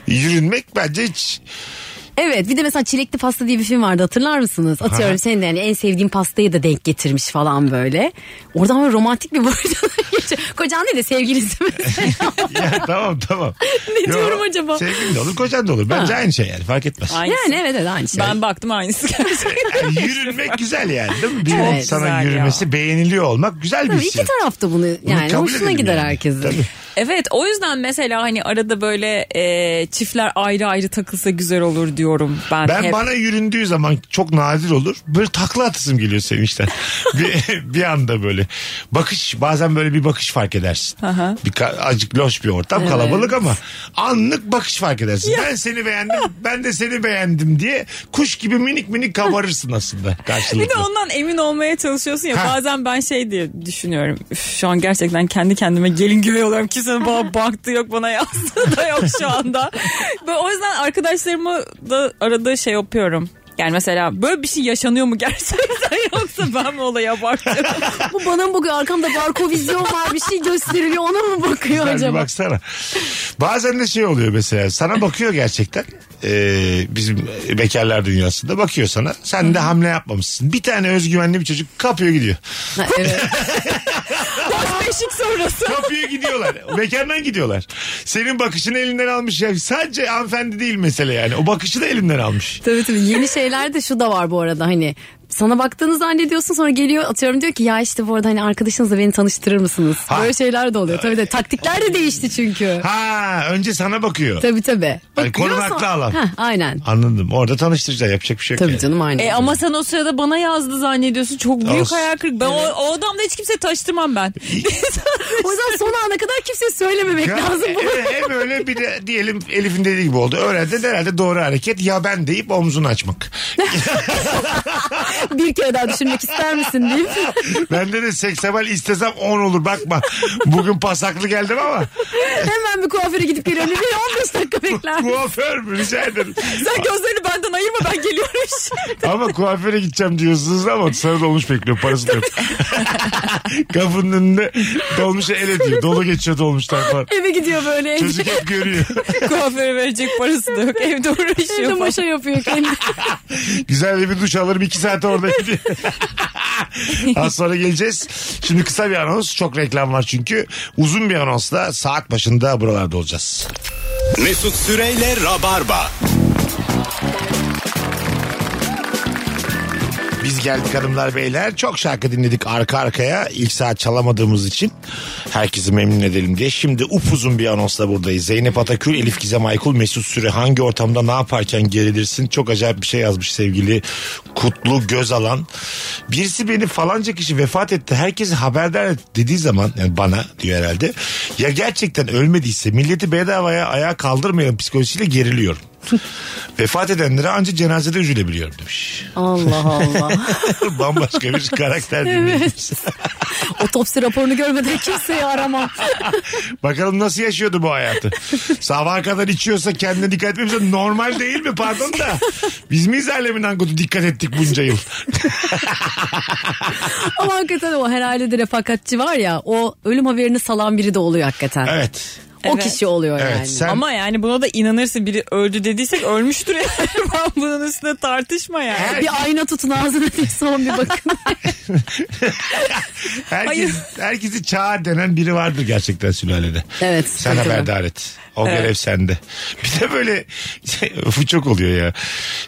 S3: yürünmek bence hiç
S5: Evet bir de mesela Çilekli Pasta diye bir film vardı hatırlar mısınız? Atıyorum senin de yani en sevdiğin pastayı da denk getirmiş falan böyle. Oradan böyle romantik bir (laughs) boyuta geçiyor. Kocan değil de sevgilisi
S3: (laughs)
S5: mesela.
S3: ya, tamam tamam.
S5: Ne diyorum acaba?
S3: Sevgilin de olur kocan da olur. Bence aynı şey yani fark etmez.
S4: Aynı.
S5: yani evet evet aynı şey.
S4: Ben baktım aynısı
S5: (laughs)
S4: gerçekten.
S3: Yani yürünmek güzel yani değil mi? Bir
S5: Evet,
S3: sana
S4: güzel ya.
S3: yürümesi beğeniliyor olmak güzel bir
S5: Tabii
S3: şey.
S5: iki tarafta bunu yani
S3: kabul
S5: hoşuna
S3: edelim
S5: gider
S3: yani.
S5: herkesin.
S3: Tabii.
S4: evet o yüzden mesela hani arada böyle e, çiftler ayrı ayrı takılsa güzel olur diyorum ben,
S3: Ben
S4: hep.
S3: bana yüründüğü zaman çok nadir olur. Böyle takla atasım geliyor
S4: (laughs)
S3: sevinçten. bir, bir anda böyle. Bakış bazen böyle bir bakış fark edersin. bir ka- acık loş bir ortam kalabalık ama anlık bakış fark edersin. Ben seni beğendim ben de seni beğendim diye kuş gibi minik minik kabarırsın aslında
S4: (laughs) Bir de
S3: karşılıklı.
S4: ondan emin olmaya çalışıyorsun ya
S3: Ha.
S4: bazen ben şey diye düşünüyorum. Üf, şu an gerçekten kendi kendime gelin güvey oluyorum. Kimsenin (laughs) bana baktı yok bana yazdığı da yok şu (laughs) anda. Böyle, o yüzden arkadaşlarımı da arada şey yapıyorum. Yani mesela böyle bir şey yaşanıyor mu gerçekten (laughs) yoksa ben mi olayı (laughs) abartıyorum?
S5: Bu bana mı bakıyor arkamda barko vizyon var bir şey gösteriliyor ona mı bakıyor
S3: Güzel bir
S5: acaba?
S3: baksana. Bazen de şey oluyor mesela sana bakıyor gerçekten Ee, bizim bekarlar dünyasında bakıyor sana. Sen de hamle yapmamışsın. Bir tane özgüvenli bir çocuk kapıyor gidiyor.
S5: Ha, evet.
S4: Boş beşik sonrası.
S3: Kapıya gidiyorlar. Mekandan gidiyorlar. Senin bakışını elinden almış. Yani sadece hanımefendi değil mesele yani. O bakışı da elinden almış.
S5: tabii tabii yeni şeyler de şu da var bu arada hani sana baktığını zannediyorsun sonra geliyor atıyorum diyor ki ya işte bu arada hani arkadaşınızla beni tanıştırır mısınız?
S3: Ha.
S5: Böyle şeyler de oluyor tabii de taktikler de değişti çünkü.
S3: Ha önce sana bakıyor.
S5: Tabii tabii.
S3: Hani
S5: Bakıyor
S3: korunaklı
S5: sonra-
S3: alan.
S5: Heh, aynen.
S3: Anladım. Orada tanıştıracak. Yapacak bir şey yok.
S5: Tabii
S3: yani.
S5: canım aynen.
S4: E ama sen o sırada bana yazdı zannediyorsun. Çok büyük
S3: Olsun.
S4: hayal kırıklığı. Ben o, o adamla hiç kimse taştırmam (laughs) ben.
S5: o yüzden son ana kadar kimseye söylememek
S3: Ya,
S5: (laughs) lazım bu.
S3: evet, e, hem öyle bir de diyelim Elif'in dediği gibi oldu. Öğrendin herhalde doğru hareket ya ben deyip omzunu
S5: (laughs)
S3: açmak.
S5: bir kere daha düşünmek ister
S3: (laughs)
S5: misin deyip.
S3: Bende de seksemal istesem 10 olur bakma. Bugün pasaklı geldim ama
S5: Hemen bir kuaföre gidip geliyorum. Bir 15 dakika bekler.
S3: kuaför mü rica ederim.
S4: sen gözlerini benden ayırma ben geliyorum şimdi.
S3: Ama kuaföre gideceğim diyorsunuz ama sarı dolmuş bekliyor parası da yok. Kapının önünde dolmuşa el ediyor. Dolu geçiyor dolmuşlar falan.
S5: Eve gidiyor böyle.
S3: Çocuk hep görüyor.
S4: (laughs) Kuaföre verecek parası da yok.
S3: (laughs)
S4: Evde uğraşıyor
S5: Evde
S4: falan.
S5: maşa yapıyor kendi.
S3: Güzel de bir duş alırım iki saat orada gidiyor. Az sonra geleceğiz. Şimdi kısa bir anons. Çok reklam var çünkü. Uzun bir anonsla saat başında buralarda olacağız.
S2: Mesut Süreyle Rabarba.
S3: Biz geldik hanımlar beyler. Çok şarkı dinledik arka arkaya. İlk saat çalamadığımız için herkesi memnun edelim diye. Şimdi upuzun bir anonsla buradayız. Zeynep Atakül, Elif Gizem Aykul, Mesut Süre hangi ortamda ne yaparken gerilirsin? Çok acayip bir şey yazmış sevgili Kutlu Gözalan. Birisi beni falanca kişi vefat etti. Herkesi haberdar et dediği zaman yani bana diyor herhalde. Ya gerçekten ölmediyse milleti bedavaya ayağa kaldırmayalım psikolojisiyle geriliyorum. vefat edenlere ancak cenazede üzülebiliyorum demiş.
S5: (laughs) Allah Allah.
S3: Bambaşka bir karakter dinleyicimiz.
S5: Otopsi raporunu görmeden kimseyi aramam.
S3: Bakalım nasıl yaşıyordu bu hayatı. Sabaha kadar içiyorsa kendine dikkat etmemişse normal değil mi pardon da. Biz miyiz alemin ankutu dikkat ettik bunca yıl.
S5: Ama hakikaten o her ailede refakatçi var ya o ölüm haberini salan biri de oluyor hakikaten.
S3: Evet.
S5: O
S4: Evet.
S5: kişi oluyor
S3: Evet.
S5: yani.
S3: Sen
S4: Ama yani buna da inanırsın biri öldü dediysek (laughs) ölmüştür yani. Ben bunun üstüne tartışma yani.
S5: Bir ayna tutun ağzına diye son bir bakın.
S3: herkes,
S4: Hayır.
S3: herkesi çağır denen biri vardır gerçekten sülalede.
S5: Evet,
S3: Sen
S5: tabii.
S3: haberdar et. O görev sende. (laughs) Bir de böyle şey, (laughs) bu çok oluyor ya.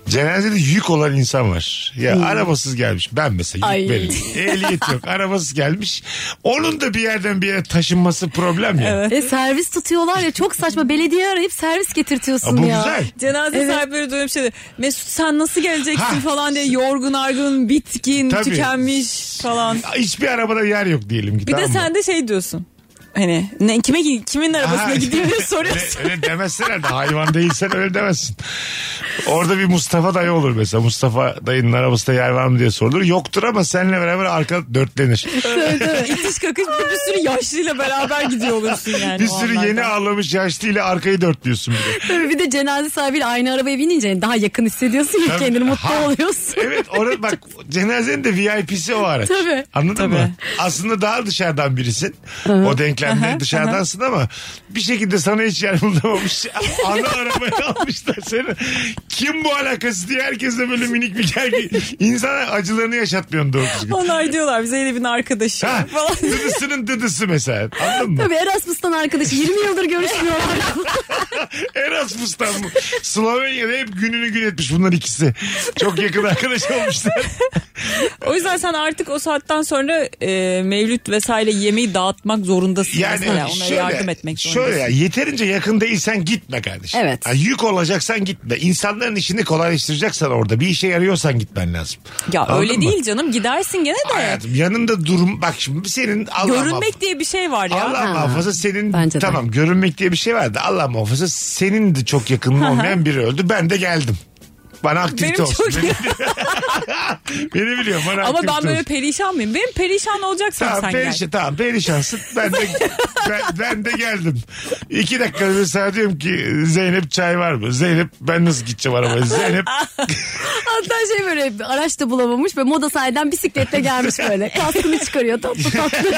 S3: Cenazede yük olan insan var. Ya arabasız gelmiş. Ben mesela
S5: Hmm. Ay.
S3: yük benim.
S5: (laughs)
S3: Ehliyet yok. Arabasız gelmiş. Onun da bir yerden bir yere taşınması problem ya.
S5: e, servis tutuyorlar ya
S3: (laughs)
S5: çok saçma. Belediye arayıp servis
S3: Ha,
S5: getirtiyorsun
S3: bu
S5: ya.
S3: güzel.
S4: Cenaze
S5: Evet.
S4: sahipleri dönüp şey diyor, Mesut sen nasıl geleceksin
S3: Ha.
S4: falan diye yorgun argın bitkin
S3: Tabii.
S4: tükenmiş falan.
S3: Hiçbir arabada yer yok diyelim ki.
S4: Bir
S3: tamam
S4: de
S3: mı?
S4: sen de şey diyorsun. Hani ne, kime kimin arabasına
S3: Ha.
S4: gidiyor (laughs) diye soruyorsun.
S3: (laughs) Öyle, öyle demezsin herhalde. Hayvan değilsen öyle demezsin. Orada bir Mustafa dayı olur mesela. Mustafa dayının arabasında yer var mı diye sorulur. Yoktur ama seninle beraber arka dörtlenir.
S4: İtiş kakış bir, bir sürü yaşlıyla beraber gidiyor olursun yani.
S3: Bir
S4: o
S3: sürü
S4: anlarda.
S3: yeni ağlamış yaşlı ile arkayı dörtlüyorsun bir de.
S5: Tabii bir de cenaze sahibiyle aynı arabaya binince daha yakın hissediyorsun ya
S3: Tabii.
S5: kendini mutlu
S3: Ha.
S5: oluyorsun.
S3: Evet orada bak cenazenin de VIP'si o araç.
S5: Tabii.
S3: Anladın
S4: Tabii.
S3: mı? Aslında daha dışarıdan birisin. o denklemde dışarıdansın ama bir şekilde sana hiç yer bulamamış. (laughs) Ana arabaya almışlar seni. Kim bu alakası diye herkesle böyle minik bir gergi. İnsana acılarını yaşatmıyorsun doğru düzgün.
S4: Onlar diyorlar bize Elif'in arkadaşı
S3: Ha,
S4: falan.
S3: dıdısının dıdısı mesela. Anladın mı?
S5: Tabii Erasmus'tan arkadaş 20
S3: (laughs)
S5: yıldır görüşmüyorlar.
S3: Erasmus'tan bu. Slovenya'da hep gününü gün etmiş bunlar ikisi. Çok yakın arkadaş olmuşlar.
S4: O yüzden sen artık o saatten sonra e, mevlüt vesaire yemeği dağıtmak zorundasın.
S3: Yani
S4: mesela. Onlara
S3: şöyle,
S4: yardım etmek zorundasın.
S3: şöyle ya, yeterince yakın değilsen gitme kardeşim.
S5: Evet.
S3: Ha, yük olacaksan gitme. İnsanların işini kolaylaştıracaksan orada bir işe yarıyorsan gitmen lazım.
S4: Ya
S3: Anladın
S4: öyle
S3: mı?
S4: değil canım gidersin gene de.
S3: Hayatım yanında durum bak şimdi senin Allah muhafaza-
S4: Görünmek diye bir şey var ya.
S3: Allah
S5: Ha.
S3: muhafaza senin
S5: Bence de.
S3: tamam görünmek diye bir şey vardı. Allah muhafaza senin de çok yakının olmayan biri öldü. Ben de geldim. Bana aktivite
S4: Benim
S3: olsun.
S4: çok-
S3: Beni, beni biliyor (laughs) bana
S4: Ama
S3: aktivite
S4: ben böyle
S3: olsun.
S4: perişan mıyım? Benim perişan olacaksam
S3: Tamam,
S4: sen
S3: perişan,
S4: gel.
S3: tamam perişansın. Ben de, ben, ben de geldim. İki dakika önce sana diyorum ki Zeynep çay var mı? Zeynep ben nasıl gideceğim arabaya? Zeynep
S5: Hatta şey böyle araç da bulamamış ve moda sahiden bisikletle gelmiş
S3: (laughs)
S5: böyle. Kaskını çıkarıyor tatlı tatlı.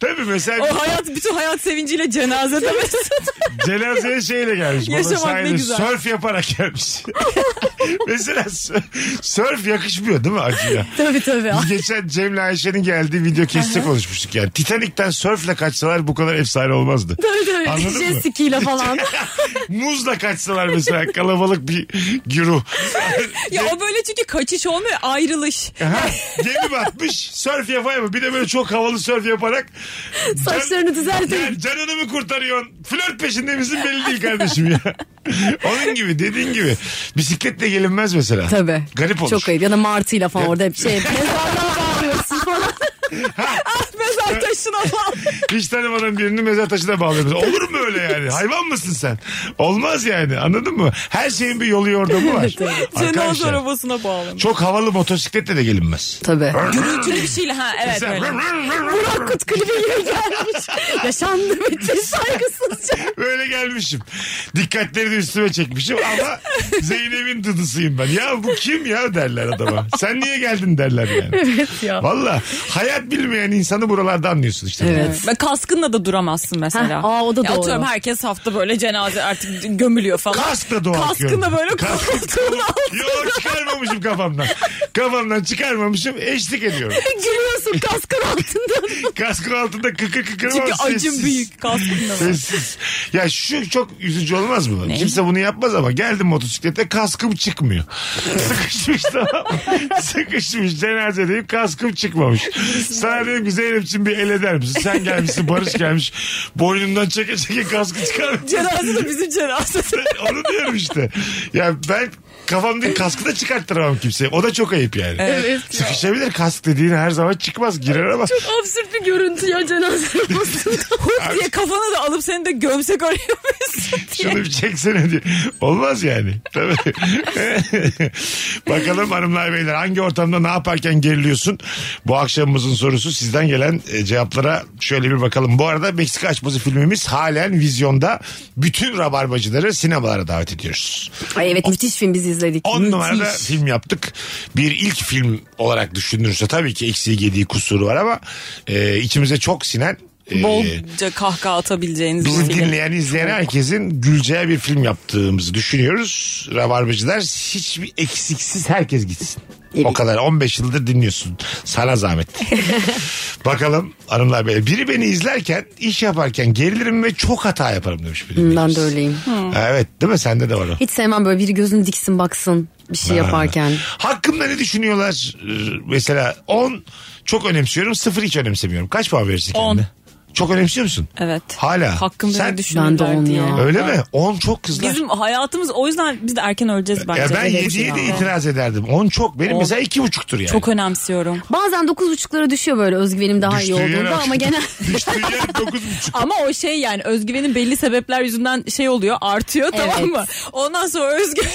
S3: tabii mesela
S4: O hayat bütün hayat sevinciyle cenazede mesut.
S3: Cenazeye şeyle gelmiş. Baba
S4: Yaşamak ne
S3: sahilde
S4: güzel.
S3: Sörf yaparak gelmiş. (laughs) Mesela sö- sörf yakışmıyor değil mi acıya?
S5: tabii tabii.
S3: Biz geçen Cem'le Ayşe'nin geldiği video kesecek konuşmuştuk yani. Titanik'ten sörfle kaçsalar bu kadar efsane olmazdı.
S5: Tabii tabii.
S3: Anladın mı?
S5: Jet ski'yle falan.
S3: Muzla kaçsalar mesela kalabalık bir güruh.
S4: ya o böyle çünkü kaçış olmuyor
S3: (laughs)
S4: ayrılış.
S3: Ha, gemi batmış sörf yapayım mı? Bir de böyle çok havalı sörf yaparak.
S5: Saçlarını düzeltin.
S3: Yani canını mı kurtarıyorsun? Flört peşinde misin belli değil kardeşim ya. Onun gibi dediğin gibi. Bisikletle gelinmez mesela.
S5: Tabii.
S3: Garip olur.
S5: Çok ayıp. Ya da martıyla falan orada hep şey mezardan bağlıyorsun falan.
S4: Mezar taşına falan.
S3: Hiç tanımadan birini mezar taşına bağlıyoruz. Olur mu öyle yani? Hayvan mısın sen? Olmaz yani anladın mı? Her şeyin bir yolu yordamı var.
S4: Cenaze
S3: Arkadaşlar
S4: arabasına bağlanıyor.
S3: çok havalı motosikletle de gelinmez.
S5: Tabii.
S4: Gürültülü bir şeyle ha evet
S3: Sen
S4: öyle.
S5: Burak Kut klibi
S4: (laughs)
S5: gibi gelmiş. Yaşandı bitti saygısızca.
S3: Böyle gelmişim. Dikkatleri de üstüme çekmişim
S4: (laughs)
S3: ama Zeynep'in dıdısıyım ben. Ya bu kim ya derler adama. Sen niye geldin derler yani.
S5: Evet ya.
S3: Valla hayat bilmeyen insanı buralarda anlıyorsun işte.
S5: Evet.
S4: Ve kaskınla da duramazsın mesela.
S5: Heh, aa, o da
S4: Ya
S5: doğru.
S4: Atıyorum herkes hafta böyle cenaze artık gömülüyor falan.
S3: Kaskla doğru
S4: Kaskınla böyle koltuğun altı.
S3: Yok çıkarmamışım kafamdan. Kafamdan çıkarmamışım eşlik ediyorum.
S5: Gülüyorsun kaskın altında.
S3: Kaskın altında kıkır kıkır
S4: Çünkü
S3: var,
S4: acım
S3: sessiz.
S4: büyük kaskınla.
S3: Sessiz. Ya şu çok üzücü olmaz mı? Kimse bunu yapmaz ama geldim motosiklete kaskım çıkmıyor. (laughs) Sıkışmış tamam. Sıkışmış cenazedeyim kaskım çıkmamış. Sana dedim ki Zeynep için bir el eder misin? Sen gelmişsin Barış gelmiş. Boynumdan çeke çeke kaskı çıkarmış. (laughs)
S4: Cenaze de bizim cenaze.
S3: Onu diyorum işte. Ya ben kafamdaki kaskı da çıkarttıramam kimseye. O da çok ayıp yani.
S4: Evet ya.
S3: Sıkışabilir kask dediğin her zaman çıkmaz girer ama.
S5: Absürt bir görüntü ya cenaze arabasında.
S4: Hop diye kafana da alıp seni de
S3: (laughs)
S4: gömsek oraya mesut diye.
S3: Şunu bir çeksene diye. Olmaz yani. Tabii. (laughs) Bakalım hanımlar beyler hangi ortamda ne yaparken geriliyorsun? Bu akşamımızın sorusu sizden gelen e, cevaplara şöyle bir bakalım. Bu arada Meksika açması filmimiz halen vizyonda. Bütün rabarbacıları sinemalara davet ediyoruz.
S5: Ay evet müthiş film biz izledik.
S3: 10
S5: Müthiş.
S3: numarada film yaptık. Bir ilk film olarak düşünülürse tabii ki eksiği yediği kusuru var ama e, içimize çok sinen e,
S4: Bolca kahkaha atabileceğiniz bir
S3: Bizi
S4: film.
S3: dinleyen, izleyen herkesin güleceği bir film yaptığımızı düşünüyoruz. Rabarbacılar hiçbir eksiksiz herkes gitsin. O kadar 15 yıldır dinliyorsun. Sana
S5: (laughs)
S3: zahmet. Bakalım hanımlar beyler. Biri beni izlerken, iş yaparken gerilirim ve çok hata yaparım demiş biri.
S5: Ben de öyleyim.
S3: Evet değil mi? Sende de var o.
S5: Hiç sevmem böyle biri gözünü diksin baksın bir şey yaparken.
S3: Hakkımda ne düşünüyorlar? Ee, Mesela 10 çok önemsiyorum, 0 hiç önemsemiyorum. Kaç puan verirsin
S4: On.
S3: kendine? Çok önemsiyor musun?
S4: Evet.
S3: Hala.
S4: Hakkımda
S3: Sen-
S4: ne düşünüyorlar
S5: Ben de on
S4: diye.
S5: ya.
S3: Öyle mi? 10 çok kızlar.
S4: Bizim hayatımız o yüzden biz de erken öleceğiz bence.
S3: Ya ben
S4: Öyle bir
S3: 7'ye
S4: şey
S3: de
S4: var.
S3: itiraz ederdim. 10 çok. Benim
S4: On.
S3: mesela 2,5'tur yani.
S4: Çok önemsiyorum.
S5: Bazen dokuz buçuklara düşüyor böyle özgüvenim daha iyi
S3: Düştüğü yere
S5: olduğunda
S3: bak. (laughs)
S5: ama genel
S3: Düştüğü yer 9,5.
S4: Ama o şey yani özgüvenin belli sebepler yüzünden şey oluyor artıyor tamam
S5: Evet.
S4: mı? Ondan sonra özgüvenim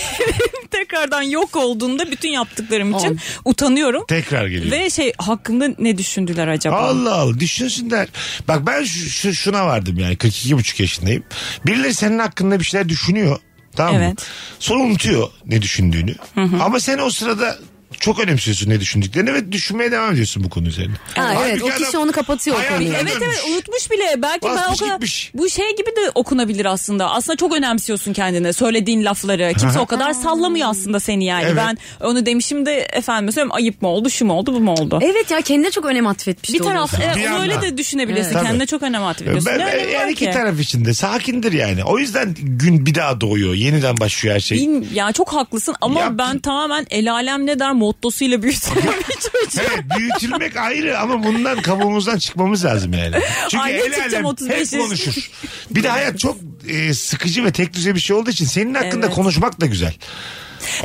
S4: (laughs) tekrardan yok olduğunda bütün yaptıklarım için utanıyorum.
S3: Tekrar geliyor.
S4: Ve şey hakkında ne düşündüler acaba?
S3: Allah Allah düşünsünler. Bak ben şu, şu- şuna vardım yani 42,5 yaşındayım. Birileri senin hakkında bir şeyler düşünüyor. Tamam mı?
S4: Evet.
S3: Sonra unutuyor ne düşündüğünü. Ama sen o sırada çok önemsiyorsun ne düşündüklerini ve düşünmeye devam ediyorsun bu konu üzerine.
S5: Ha,
S3: Halbuki
S5: evet, o kişi
S3: adam
S5: onu kapatıyor o
S3: hayatına
S5: konuyu.
S4: Evet
S3: dönmüş.
S4: evet unutmuş bile. Belki ben o
S3: Basmış
S4: kadar
S3: gitmiş.
S4: bu şey gibi de okunabilir aslında. Aslında çok önemsiyorsun kendine söylediğin lafları. Kimse o kadar sallamıyor aslında seni yani.
S3: Evet.
S4: Ben onu demişim de efendim söyleyeyim ayıp mı oldu, şu mu oldu, bu mu oldu?
S5: Evet ya kendine çok önem atfetmiş.
S4: bir
S5: de
S4: taraf
S5: oluyorsun.
S4: evet,
S3: Bir
S4: onu öyle
S3: yandan.
S4: de düşünebilirsin.
S3: Evet.
S4: Kendine
S3: Tabii.
S4: çok önem atfediyorsun.
S3: E, Ben,
S4: Ne
S3: ben,
S4: önemi var
S3: yani iki
S4: ki?
S3: taraf içinde sakindir yani. O yüzden gün bir daha doğuyor. Yeniden başlıyor her şey.
S4: Bin- ya çok haklısın ama
S3: Ya-
S4: ben tamamen el alem ne der mottosuyla büyütüyorum
S3: (laughs)
S4: bir çocuğu.
S3: Evet
S4: (laughs)
S3: büyütülmek ayrı ama bundan kabuğumuzdan çıkmamız lazım yani. Çünkü
S4: Ay, ne
S3: el
S4: çıkacağım
S3: alem
S4: 35
S3: hep
S4: yaşında?
S3: konuşur. Bir de hayat çok e, sıkıcı ve tek düze bir şey olduğu için senin hakkında
S4: Evet.
S3: konuşmak da güzel.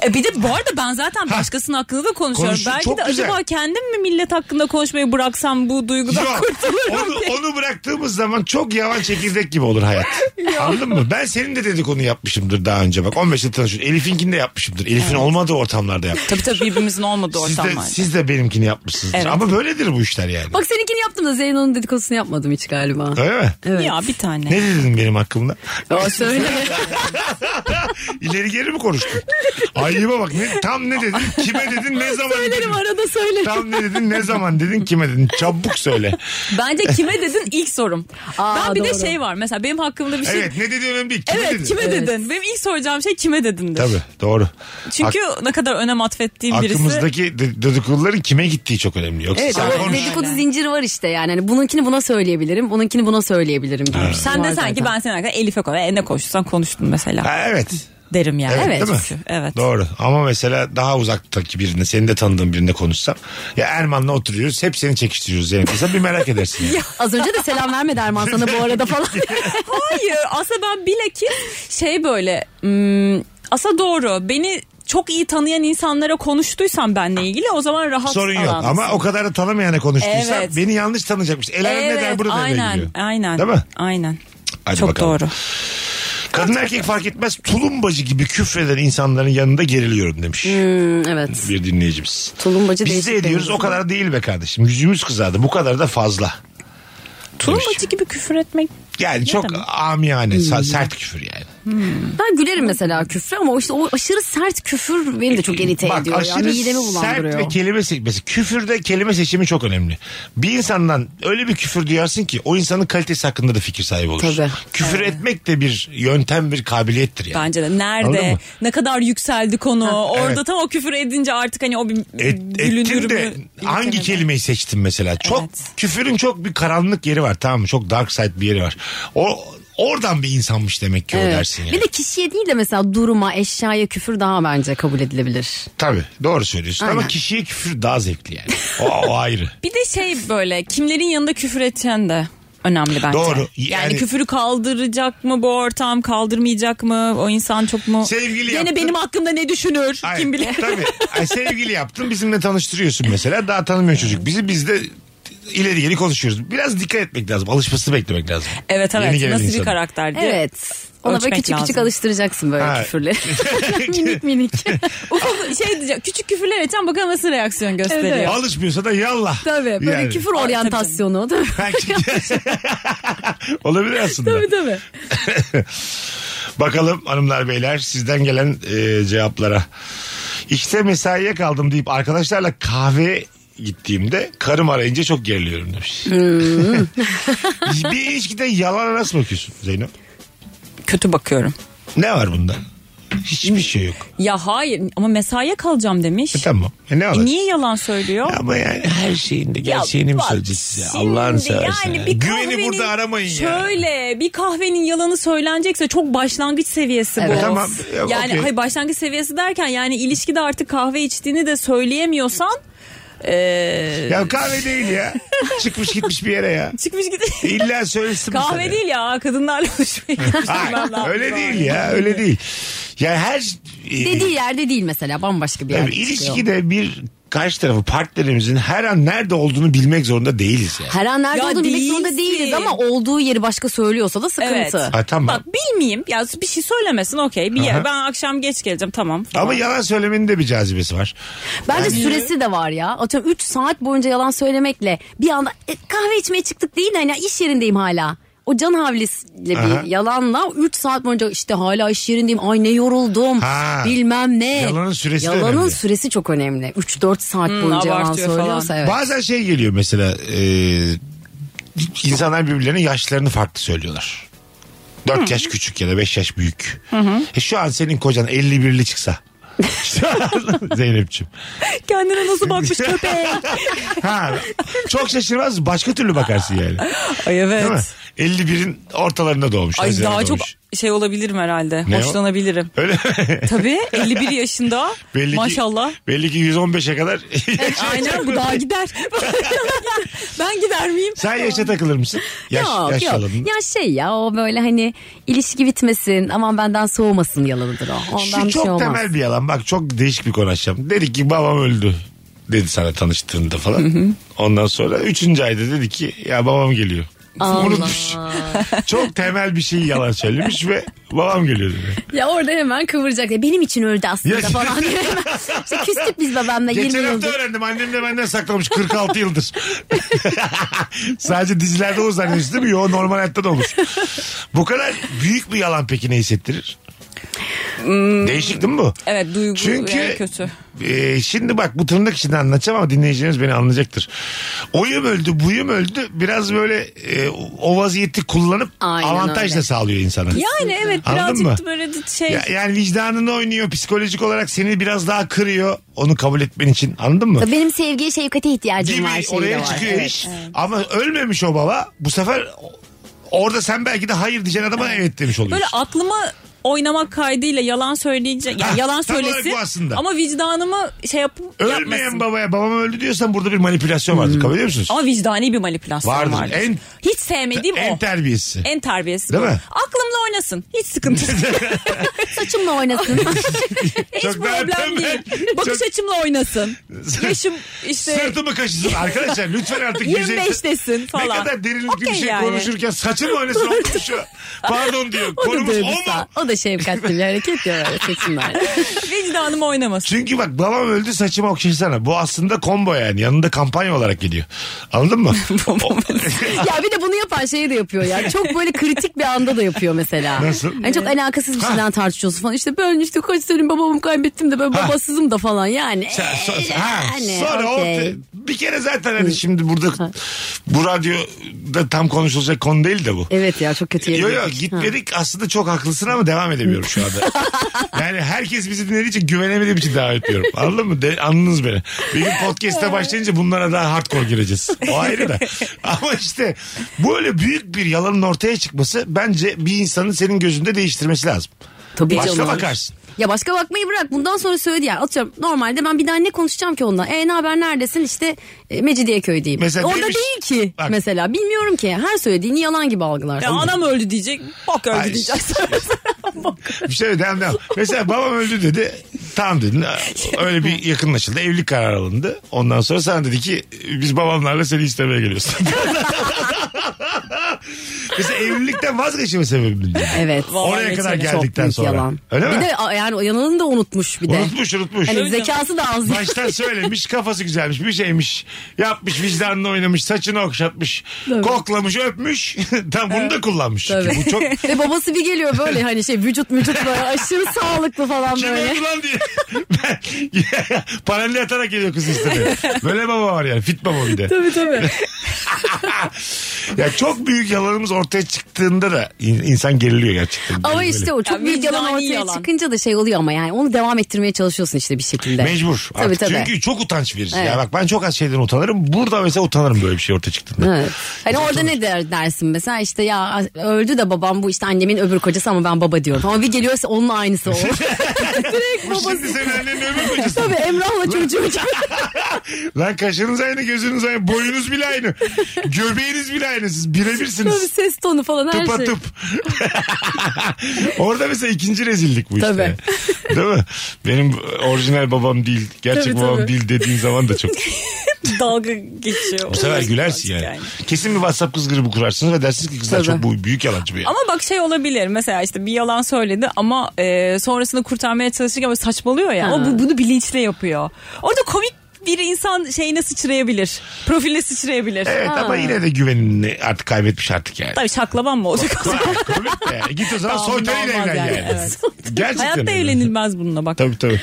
S4: E bir de bu arada ben zaten başkasının hakkında da konuşuyorum.
S3: Konuşun,
S4: Belki
S3: çok
S4: de
S3: güzel.
S4: acaba kendim mi millet hakkında konuşmayı bıraksam bu duygudan
S3: Yok,
S4: kurtulurum
S3: onu, onu bıraktığımız zaman çok yavan çekirdek gibi olur hayat. Anladın mı? Ben senin de dedikodunu yapmışımdır daha önce bak. 15 yıl tanışıyoruz. Elif'inkini de yapmışımdır. Elif'in olmadığı ortamlarda yapmışım.
S4: Tabii tabii birbirimizin olmadığı
S3: Siz de,
S4: ortamlarda.
S3: siz de benimkini yapmışsınızdır.
S4: Evet.
S3: Ama böyledir bu işler yani.
S5: Bak seninkini yaptım da Zeyno'nun dedikodusunu yapmadım hiç galiba.
S3: Öyle mi?
S5: Evet.
S4: Ya bir tane.
S3: Ne dedin benim hakkımda? (laughs)
S5: Ya söyle.
S3: İleri geri mi konuştun? Ayıba bak ne, tam ne dedin? Kime dedin? Ne zaman dedin?
S5: Söylerim arada söylerim.
S3: Tam ne dedin? Ne zaman dedin? Kime dedin? Çabuk söyle.
S4: Bence kime dedin ilk sorum.
S5: Aa,
S4: ben bir de
S5: doğru.
S4: şey var mesela benim hakkımda bir şey. Evet.
S3: Evet ne dediği önemli değil. Kime dedin?
S4: kime
S5: Evet.
S4: dedin? Benim ilk soracağım şey kime dedindir.
S3: Tabii doğru.
S4: Çünkü ne kadar önem atfettiğim birisi.
S3: Aklımızdaki de- dedikoduların kime gittiği çok önemli. Yoksa
S5: Evet
S3: sen
S5: ama
S3: konuş.
S5: dedikodu zinciri var işte yani. Hani bununkini buna söyleyebilirim, bununkini buna söyleyebilirim gibi. bir şey
S4: Sen
S5: var
S4: de sanki
S5: zaten.
S4: ben senin hakkında Elif'e koy. E ne konuşursan konuştun mesela.
S3: Ha, evet.
S4: Derim yani.
S3: Evet, değil mi?
S4: Çünkü, Evet.
S3: Doğru. Ama mesela daha uzaktaki birine, senin de tanıdığın birine konuşsam. Ya Erman'la oturuyoruz. Hep seni çekiştiriyoruz. Yani mesela bir merak edersin. yani.
S5: Az önce de selam vermedi Erman sana bu
S3: (laughs)
S5: arada falan.
S4: Hayır aslında ben bilakis şey böyle hmm, aslında doğru beni çok iyi tanıyan insanlara konuştuysam benle ilgili o zaman rahat
S3: Sorun yok.
S4: alan.
S3: Ama o kadar da tanımayana konuştuysam
S4: Evet.
S3: beni yanlış tanıyacakmış. El evet, ne der
S4: Evet
S3: burada
S4: aynen aynen.
S3: Değil mi?
S4: Aynen.
S3: Hadi
S4: çok
S3: bakalım.
S4: doğru.
S3: Kadın erkek fark etmez tulumbacı gibi küfreden insanların yanında geriliyorum demiş.
S5: Hmm, evet.
S3: Bir dinleyicimiz.
S5: Tulumbacı
S3: Biz
S5: değişik
S3: de ediyoruz
S5: demiş.
S3: o kadar değil be kardeşim. Yüzümüz kızardı bu kadar da fazla. Demiş.
S4: Tulumbacı gibi küfür etmek
S3: Yani çok
S4: demek? Hmm.
S3: amiyane sa- sert küfür yani.
S5: Ben gülerim mesela küfre ama işte o aşırı sert küfür beni de çok irite
S3: E, Bak
S5: ediyor. ya. Hani
S3: aşırı
S5: Midemi bulandırıyor.
S3: sert ve kelime seçmesi. Küfürde kelime seçimi çok önemli. Bir insandan öyle bir küfür duyarsın ki o insanın kalitesi hakkında da fikir sahibi olursun.
S5: Tabii.
S3: Küfür etmek de bir yöntem bir kabiliyettir yani.
S4: bence de.
S3: Anladın mı?
S4: Nerede? Ne kadar yükseldi konu. Orada
S3: evet.
S4: tam o küfür edince artık hani o bir
S3: Et, ettin
S4: gülünür
S3: de
S4: mü?
S3: hangi kelimeyi seçtin mesela? Çok küfürün çok bir karanlık yeri var tamam mı? Çok dark side bir yeri var. O oradan bir insanmış demek ki o
S5: Evet.
S3: dersin yani.
S5: Bir de kişiye değil de mesela duruma, eşyaya küfür daha bence kabul edilebilir.
S3: Tabii doğru söylüyorsun ama
S5: Aynen.
S3: kişiye küfür daha zevkli yani. O, o ayrı.
S4: Bir de şey böyle kimlerin yanında küfür edeceğin de önemli bence.
S3: Doğru,
S4: Yani,
S3: yani-
S4: küfürü kaldıracak mı bu ortam kaldırmayacak mı o insan çok mu?
S3: Sevgili
S4: Gene
S3: yaptın.
S4: benim hakkımda ne düşünür
S3: Hayır,
S4: kim bilir.
S3: Tabii. Ay, sevgili yaptın bizimle tanıştırıyorsun mesela. Daha tanımıyor çocuk. Bizi biz de ileri geri konuşuyoruz. Biraz dikkat etmek lazım. Alışmasını beklemek lazım.
S4: (laughs)
S5: E,
S4: Evet
S3: Yeni
S4: evet
S3: gelen
S4: nasıl
S3: insanın.
S4: bir karakter diye.
S5: Evet. Ona böyle
S4: Ölçmek
S5: küçük küçük
S4: lazım.
S5: alıştıracaksın böyle
S3: Ha. (laughs)
S5: küfürleri. minik minik.
S4: Ufak şey diyeceğim küçük küfürler edeceğim bakalım nasıl reaksiyon gösteriyor.
S5: Evet.
S3: Alışmıyorsa da yallah.
S5: Tabii böyle
S3: Yani.
S5: küfür oryantasyonu değil mi?
S3: Belki- (laughs) Olabilir aslında.
S5: Tabii tabii.
S3: (laughs) Bakalım hanımlar beyler sizden gelen e, cevaplara. İşte mesaiye kaldım deyip arkadaşlarla kahve gittiğimde karım arayınca çok geriliyorum demiş.
S5: Hmm.
S3: (laughs) bir ilişkide yalana nasıl bakıyorsun Zeyno?
S4: Kötü bakıyorum.
S3: Ne var bunda? Hiçbir şey yok.
S4: Ya hayır ama mesaiye kalacağım demiş.
S3: E tamam. E ne
S4: E,
S3: alacak?
S4: niye yalan söylüyor?
S3: Ama yani her şeyinde gerçeğini mi
S4: bak
S3: söyleyeceğiz size?
S4: şimdi
S3: Allah'ını seversen.
S4: yani
S3: ya.
S4: bir
S3: Güveni
S4: kahvenin-
S3: burada aramayın ya.
S4: Şöyle bir kahvenin yalanı söylenecekse çok başlangıç seviyesi bu.
S5: Evet.
S3: E, Tamam, ya,
S4: yani
S3: okey.
S4: hayır, başlangıç seviyesi derken yani ilişkide artık kahve içtiğini de söyleyemiyorsan eee,
S3: Ya kahve değil ya. Çıkmış gitmiş bir yere ya.
S4: çıkmış gidin.
S3: İlla söylesin bu
S4: (laughs) kahve
S3: sene.
S4: değil ya kadınlarla buluşmayı.
S3: Hayır, öyle değil ya öyle değil. Yani her e,
S5: Dediği yerde değil mesela bambaşka bir
S3: tabii
S5: yerde çıkıyor.
S3: ilişkide bir karşı tarafı partnerimizin her an nerede olduğunu bilmek zorunda değiliz yani.
S5: Her an nerede
S4: Ya
S5: olduğunu bilmek zorunda
S4: değilsin.
S5: değiliz ama olduğu yeri başka söylüyorsa da sıkıntı.
S4: Evet.
S3: Ha, tamam.
S4: Bak bilmeyeyim ya bir şey söylemesin okey bir
S3: Aha.
S4: yer, ben akşam geç geleceğim tamam. (laughs)
S3: Ama yalan söylemenin de bir cazibesi var.
S5: Bence süresi de var ya. Atıyorum 3 saat boyunca yalan söylemekle bir anda "E, kahve içmeye çıktık değil de hani iş yerindeyim hala. O can havlisiyle bir
S3: Aha.
S5: yalanla 3 saat boyunca işte hala iş yerindeyim. Ay ne yoruldum.
S3: Ha.
S5: Bilmem ne.
S3: Yalanın süresi de
S5: Yalanın
S3: önemli.
S5: süresi çok önemli. 3-4 saat boyunca yalan
S4: Hmm, abartıyor falan.
S5: söylüyorsa evet.
S3: Bazen şey geliyor mesela e, insanlar birbirlerine yaşlarını farklı söylüyorlar. 4 yaş küçük ya da 5 yaş büyük. E şu an senin kocan 51'li
S4: (laughs)
S3: çıksa. Zeynep'ciğim.
S4: Kendine
S3: (laughs)
S4: nasıl bakmış köpeğe.
S3: Ha, çok şaşırmaz başka türlü bakarsın yani.
S4: Ay
S3: Değil
S4: evet.
S3: mi? 51'in ortalarında doğmuş.
S4: Ay
S3: Haziran'da
S4: daha çok
S3: doğmuş.
S4: şey olabilirim herhalde.
S3: Ne o?
S4: Hoşlanabilirim.
S3: Öyle mi? (laughs)
S4: Tabii 51 yaşında
S3: Belli ki-
S4: maşallah.
S3: belli ki 115'e kadar. (laughs)
S4: Aynen bu daha gider. ben gider miyim?
S3: Sen yaşa takılır mısın? Yaş, yaş yalanını.
S5: Ya şey ya o böyle hani ilişki bitmesin aman benden soğumasın yalanıdır o. Ondan
S3: Şu
S5: bir
S3: çok
S5: şey olmaz.
S3: temel bir yalan. Bak çok değişik bir konu açacağım. Dedi ki babam öldü. Dedi sana tanıştığında falan. Ondan sonra üçüncü ayda dedi ki ya babam geliyor. Unutmuş. çok temel bir şeyi yalan söylemiş ve babam geliyor dedi.
S5: Ya orada hemen kıvıracak. Ya Benim için öldü aslında
S3: Ya- (laughs)
S5: falan. (laughs) diye hemen. işte küstük biz babamla 20
S3: Geçen hafta
S5: yıldır.
S3: öğrendim annem de benden saklamış 46 yıldır. (laughs) Sadece dizilerde o zannediyorsun değil mi? Yo normal hayatta da olur. Bu kadar büyük bir yalan peki ne hissettirir?
S5: Hmm.
S3: Değişik değil mi bu?
S4: Evet duygu
S3: Çünkü
S4: yani kötü.
S3: e, şimdi bak bu tırnak içinde anlatacağım ama dinleyicilerimiz beni anlayacaktır. Oyum öldü, buyum öldü. Biraz böyle e, o vaziyeti kullanıp
S5: Aynen
S3: avantaj da
S5: öyle.
S3: sağlıyor insana.
S4: Yani evet
S3: Anladın
S4: birazcık
S3: mı?
S4: da böyle şey.
S3: Ya- yani vicdanını oynuyor, psikolojik olarak seni biraz daha kırıyor. Onu kabul etmen için. Anladın mı?
S5: Tabii Benim sevgiye şefkate ihtiyacım
S3: Gibi
S5: var. şeyi de
S3: oraya
S5: var.
S3: çıkıyor
S5: Evet.
S3: iş. Ama ölmemiş o baba. Bu sefer orada sen belki de hayır diyeceğin adama evet demiş oluyorsun.
S4: Böyle aklıma oynamak kaydıyla yalan söyleyecek.
S3: Ha,
S4: Yani yalan
S3: tam olarak
S4: söylesin.
S3: bu aslında.
S4: Ama vicdanımı şey yapıp
S3: Ölmeyen
S4: yapmasın.
S3: babaya babam öldü diyorsan burada bir manipülasyon
S5: Hmm.
S3: vardır. Kabul ediyor musunuz?
S4: Ama vicdani bir manipülasyon
S3: Vardır.
S4: vardır.
S3: En-
S4: Hiç sevmediğim
S3: en
S4: o.
S3: terbiyesi.
S4: en terbiyesiz.
S3: Değil
S4: bu.
S3: mi?
S4: Aklımla oynasın.
S3: (laughs)
S4: Hiç sıkıntı yok.
S5: Saçımla oynasın.
S4: Hiç
S3: Çok daha temel.
S4: problem değil. Bakış
S3: Çok-
S4: açımla
S3: (laughs)
S4: oynasın. Yaşım işte
S3: Sırtımı kaşısın arkadaşlar lütfen
S4: (laughs)
S3: artık
S4: 25 desin
S3: Ne
S4: falan.
S3: kadar derinlikli bir
S4: Okey
S3: şey
S4: yani.
S3: konuşurken saçın oynasın olmuş şu. Pardon
S4: (laughs)
S3: diyor.
S5: o da
S3: Konumuz o mu?
S5: duygusal. O
S3: (laughs)
S5: da şefkatli bir hareket ya öyle seçimler.
S4: vicdanım oynamasın.
S3: Çünkü bak babam öldü saçımı okşasana. Bu aslında combo yani. Yanında kampanya olarak geliyor. Anladın
S4: (laughs)
S3: mı?
S5: ya bir de bunu yapan şeyi de yapıyor ya. Çok böyle kritik bir anda da yapıyor mesela.
S3: Nasıl?
S5: Hani çok alakasız bir şeyden tartışıyorsun falan. İşte ben işte kaç senin babamı kaybettim de ben babasızım da falan yani.
S3: Sen- so-
S5: Ee,
S3: ha,
S4: hani,
S5: yani,
S3: sonra o
S5: okey.
S3: bir kere zaten hani şimdi burada bu radyoda tam konuşulacak konu değil de
S4: E,
S3: bu.
S5: Evet ya çok kötü yere
S3: Yok yok
S5: girdik.
S3: gitmedik aslında çok haklısın ama devam edemiyorum şu anda. yani herkes bizi dinlediği için güvenemediğim için devam etmiyorum. Anladın mı? De, anladınız beni. Bir gün podcast'a başlayınca bunlara daha hardcore gireceğiz. O ayrı da. ama işte böyle büyük bir yalanın ortaya çıkması bence bir insanın senin gözünde değiştirmesi lazım.
S5: Tabii
S3: Başka
S5: canım.
S3: bakarsın.
S5: Ya başka bakmayı bırak. Bundan sonra söyledi ya. Atıyorum normalde ben bir daha ne konuşacağım ki onunla? E ne haber neredesin? İşte e, Mecidiyeköy'deyim.
S3: Mesela
S5: Orada
S3: demiş-
S5: değil ki
S3: Bak.
S5: mesela. Bilmiyorum ki. Her söylediğini yalan gibi algılarsın.
S4: Ya anam öldü diyecek. Bak
S3: Ay,
S4: öldü diyecek. (laughs)
S3: Bir şey devam devam. Mesela babam öldü dedi. Tamam dedin. Öyle bir yakınlaşıldı. Evlilik kararı alındı. Ondan sonra sana dedi ki biz babamlarla seni istemeye geliyoruz. (laughs) Mesela evlilikten vazgeçme sebebim dedi.
S5: Evet.
S3: Oraya kadar geldikten
S5: büyük
S3: sonra.
S5: Yalan.
S3: Öyle mi?
S5: Bir de a- yani o yalanını da unutmuş bir de.
S3: Unutmuş unutmuş.
S5: Hani zekası da az.
S3: Baştan söylemiş kafası güzelmiş bir şeymiş yapmış vicdanını oynamış saçını okşatmış koklamış öpmüş (laughs) tam bunu da kullanmış çünkü
S5: Tabii.
S3: bu çok
S5: (laughs) Ve babası bir geliyor böyle hani şey vücut vücut böyle aşırı sağlıklı falan
S3: Kim
S5: böyle.
S3: öldü lan diye. (laughs) Ben, paralel atarak geliyor kız istemeye. Böyle baba var yani. Fit baba bir de.
S5: (laughs) Tabii tabii.
S3: Ya çok büyük yalanımız ortaya çıktığında da in- insan geriliyor gerçekten.
S5: Ama
S3: Böyle.
S5: işte o çok
S4: Ya
S5: büyük yalan
S4: vicdani
S5: ortaya
S4: yalan.
S5: çıkınca da şey oluyor ama yani onu devam ettirmeye çalışıyorsun işte bir şekilde.
S3: Mecbur.
S5: Tabii
S3: artık.
S5: tabii.
S3: Çünkü çok utanç verici.
S5: Evet.
S3: Ya bak ben çok az şeyden utanırım. Burada mesela utanırım böyle bir şey ortaya çıktığında.
S5: Evet. Hani orada ne der, dersin mesela işte ya öldü de babam bu işte annemin öbür kocası ama ben baba diyorum. Ama bir geliyorsa onun (laughs) aynısı o. Direkt
S3: Bu şimdi
S5: babası.
S3: senin annenin ömür
S5: (laughs)
S3: kocası.
S5: Tabii Emrah'la (laughs) çocuğu.
S3: Lan kaşınız aynı, gözünüz aynı, boyunuz bile
S5: (laughs)
S3: aynı. Göbeğiniz bile aynı. Siz
S5: Tabii
S3: birebirsiniz.
S5: ses tonu falan her
S3: Tıpa
S5: şey.
S3: tıp. (laughs) Orada mesela ikinci rezillik bu işte.
S5: Tabii.
S3: Değil mi? Benim orijinal babam değil, gerçek
S5: Tabii,
S3: babam
S5: tabii.
S3: değil dediğin zaman da çok.
S4: Dalga geçiyor.
S3: Bu sefer gülersin yani. Kesin bir WhatsApp kız grubu kurarsınız ve dersiniz ki kızlar
S5: Tabii.
S3: çok bu büyük yalancı bu ya.
S4: Ama bak şey olabilir mesela işte bir yalan söyledi ama e, sonrasında kurtarmaya çalışırken böyle saçmalıyor ya. Ama bu, bunu bilinçli yapıyor. Orada komik bir insan şeyine sıçrayabilir. Profiline sıçrayabilir.
S3: Evet
S4: Ha.
S3: ama yine de güvenini artık kaybetmiş artık yani.
S4: Tabii şaklaban mı olacak? o zaman?
S3: Komik de. Git o zaman
S4: Tamam,
S3: soytarıyla
S4: olmaz
S3: evlen yani.
S4: yani, evet.
S3: Gerçekten
S4: Hayatta
S3: öyle.
S4: evlenilmez bununla bak.
S3: Tabii tabii.